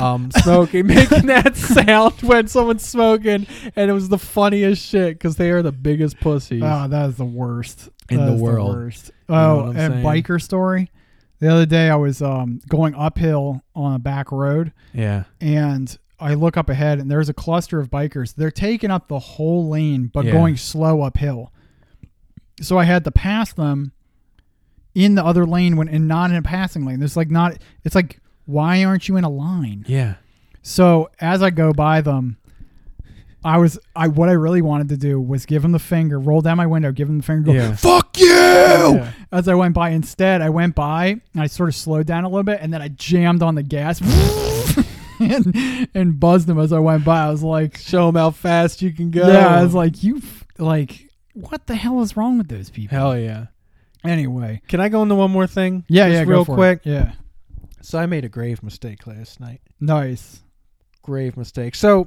um [laughs] smoking making [laughs] that sound when someone's smoking and it was the funniest shit because they are the biggest pussies.
Oh, that is the worst
In
That
the
is
world.
worst.
You know
Oh,
what I'm
and
saying?
biker story. The other day, I was um, going uphill on a back road.
Yeah.
and I look up ahead, and there's a cluster of bikers. They're taking up the whole lane, but
Yeah.
going slow uphill. So I had to pass them in the other lane when and not in a passing lane. There's like not. It's like why aren't you in a line?
Yeah.
So as I go by them, I was I what I really wanted to do was give him the finger, roll down my window, give him the finger, go
Yeah.
fuck you.
Oh.
As I went by, instead I went by and I sort of slowed down a little bit, and then I jammed on the gas. [laughs] And, and buzzed him as I went by. I was like,
"Show him how fast you can go."
Yeah, I was like, "You f- like what the hell is wrong with those people?"
Hell yeah.
Anyway.
Can I go into one more thing?
Yeah,
Just
yeah, go
real
for it.
quick.
Yeah.
So I made a grave mistake last night.
Nice.
Grave mistake. So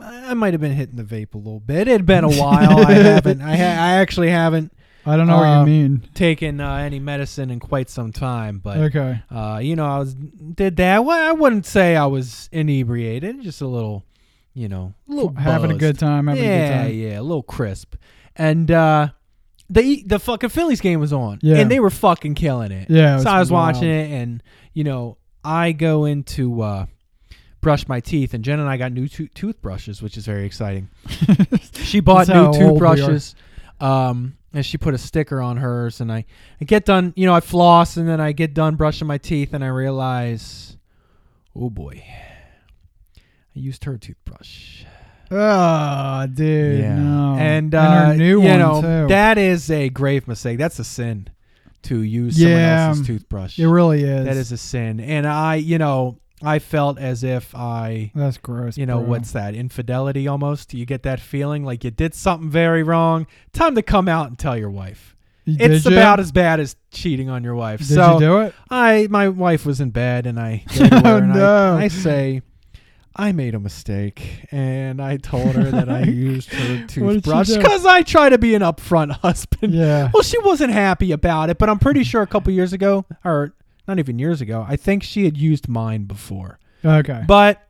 I I might have been hitting the vape a little bit. It had been a while. [laughs] I haven't. I, ha- I actually haven't.
I don't know what you
Um,
mean.
Taken uh, any medicine in quite some time, but
Okay.
Uh, you know, I was did that. Well, I wouldn't say I was inebriated. Just a little, you know, a little
Having a
buzzed.
good time, having a good
yeah,
time.
yeah, a little crisp. And uh, the the fucking Phillies game was on,
Yeah.
and they were fucking killing it.
Yeah, it was
so I was
wild.
watching it, and you know, I go in to uh, brush my teeth, and Jen and I got new to- toothbrushes, which is
[laughs]
very exciting. she bought
That's how
new
old we are.
toothbrushes, um, and she put a sticker on hers. And I, I get done, you know, I floss, and then I get done brushing my teeth, and I realize, oh boy, I used her toothbrush.
Oh, dude.
Yeah.
No.
And, uh,
her new
you
one
know,
too.
that is a grave mistake. That's a sin to use
Yeah,
someone else's
um,
toothbrush.
it really is.
That is a sin. And I, you know, I felt as if I.
That's gross.
You know,
bro.
what's that? Infidelity almost? You get that feeling like you did something very wrong. Time to come out and tell your wife.
Did
it's
you?
about as bad as cheating on your wife.
Did
so
you do it?
I my wife was in bed and I
[laughs]
go to her
Oh,
and I-
no.
I say I made a mistake and I told her
[laughs]
that I used her
What did she
toothbrush
do?
because I try to be an upfront [laughs] husband.
Yeah.
Well, she wasn't happy about it, but I'm pretty sure a couple years ago, or not even years ago, I think she had used mine before.
Okay.
But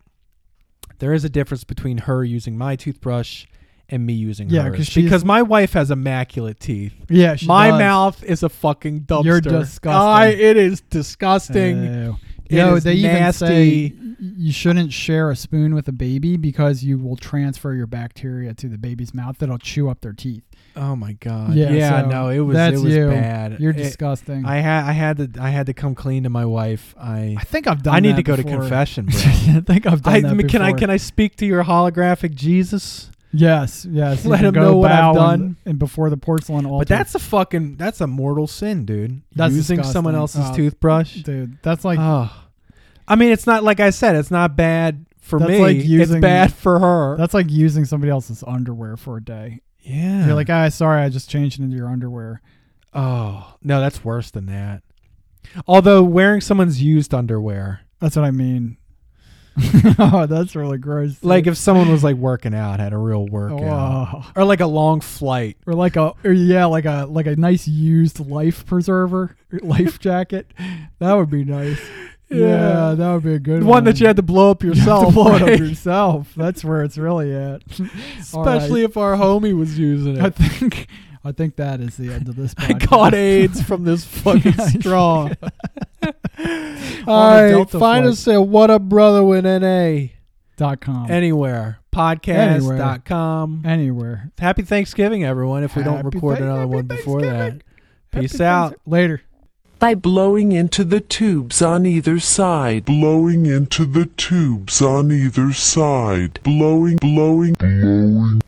there is a difference between her using my toothbrush and me using
Yeah,
hers
'cause she's-
because my wife has immaculate teeth.
Yeah, she
my
does.
mouth is a fucking dumpster.
You're disgusting.
I, it is disgusting.
Ew.
It
Yo,
is
they
nasty.
even say you shouldn't share a spoon with a baby because you will transfer your bacteria to the baby's mouth that'll chew up their teeth.
Oh my god! Yeah,
so
no, it was
that's
it was
you.
bad.
You're
It-
disgusting.
I had I had to I had to come clean to my wife. I I
think I've done
I need
that
to go to
before. [laughs]
confession, bro.
I think I've done
I,
that
mean, Can I
before.
can I speak to your holographic Jesus?
yes, yes. you
Let
can
him
go
know what I've
bow and-
done.
And, before the porcelain altar.
But that's a fucking that's a mortal sin, dude.
That's
Using
disgusting.
someone else's
Oh,
toothbrush, Uh,
dude. That's like
I mean, it's not like I said. It's not bad for
that's
me.
like using
it's bad for her.
That's like using somebody else's underwear for a day.
Yeah.
You're like, ah, sorry, I just changed into your underwear.
Oh no, that's worse than that. Although wearing someone's used underwear,
That's what I
[laughs]
mean. [laughs] oh, that's really gross. dude.
like if someone was like working out, had a real workout, or like a long flight.
or like a or yeah, like a like a nice used life preserver, [laughs] or life jacket. That would be nice. Yeah,
[laughs] Yeah.
that would be a good
One
one.
that you had to blow up
You have [laughs] to
yourself,
blow it
[laughs] right?
up
[laughs]
yourself. That's where it's really at. All right.
Especially if our homie was using it.
I think I think that is the end of this.
[laughs] I
podcast.
got AIDS from this fucking
Yeah, I-
straw.
[laughs] On a
All right,
Delta
find
flight.
us at What Up Brother with NA.
dot com
Anywhere. Podcast. dot com.
Anywhere.
Happy Thanksgiving, everyone, if we don't
Happy
record
Thank-
another one before that. Peace out.
Later.
By blowing into the tubes on either side.
Blowing into the tubes on either side. Blowing, blowing, blowing.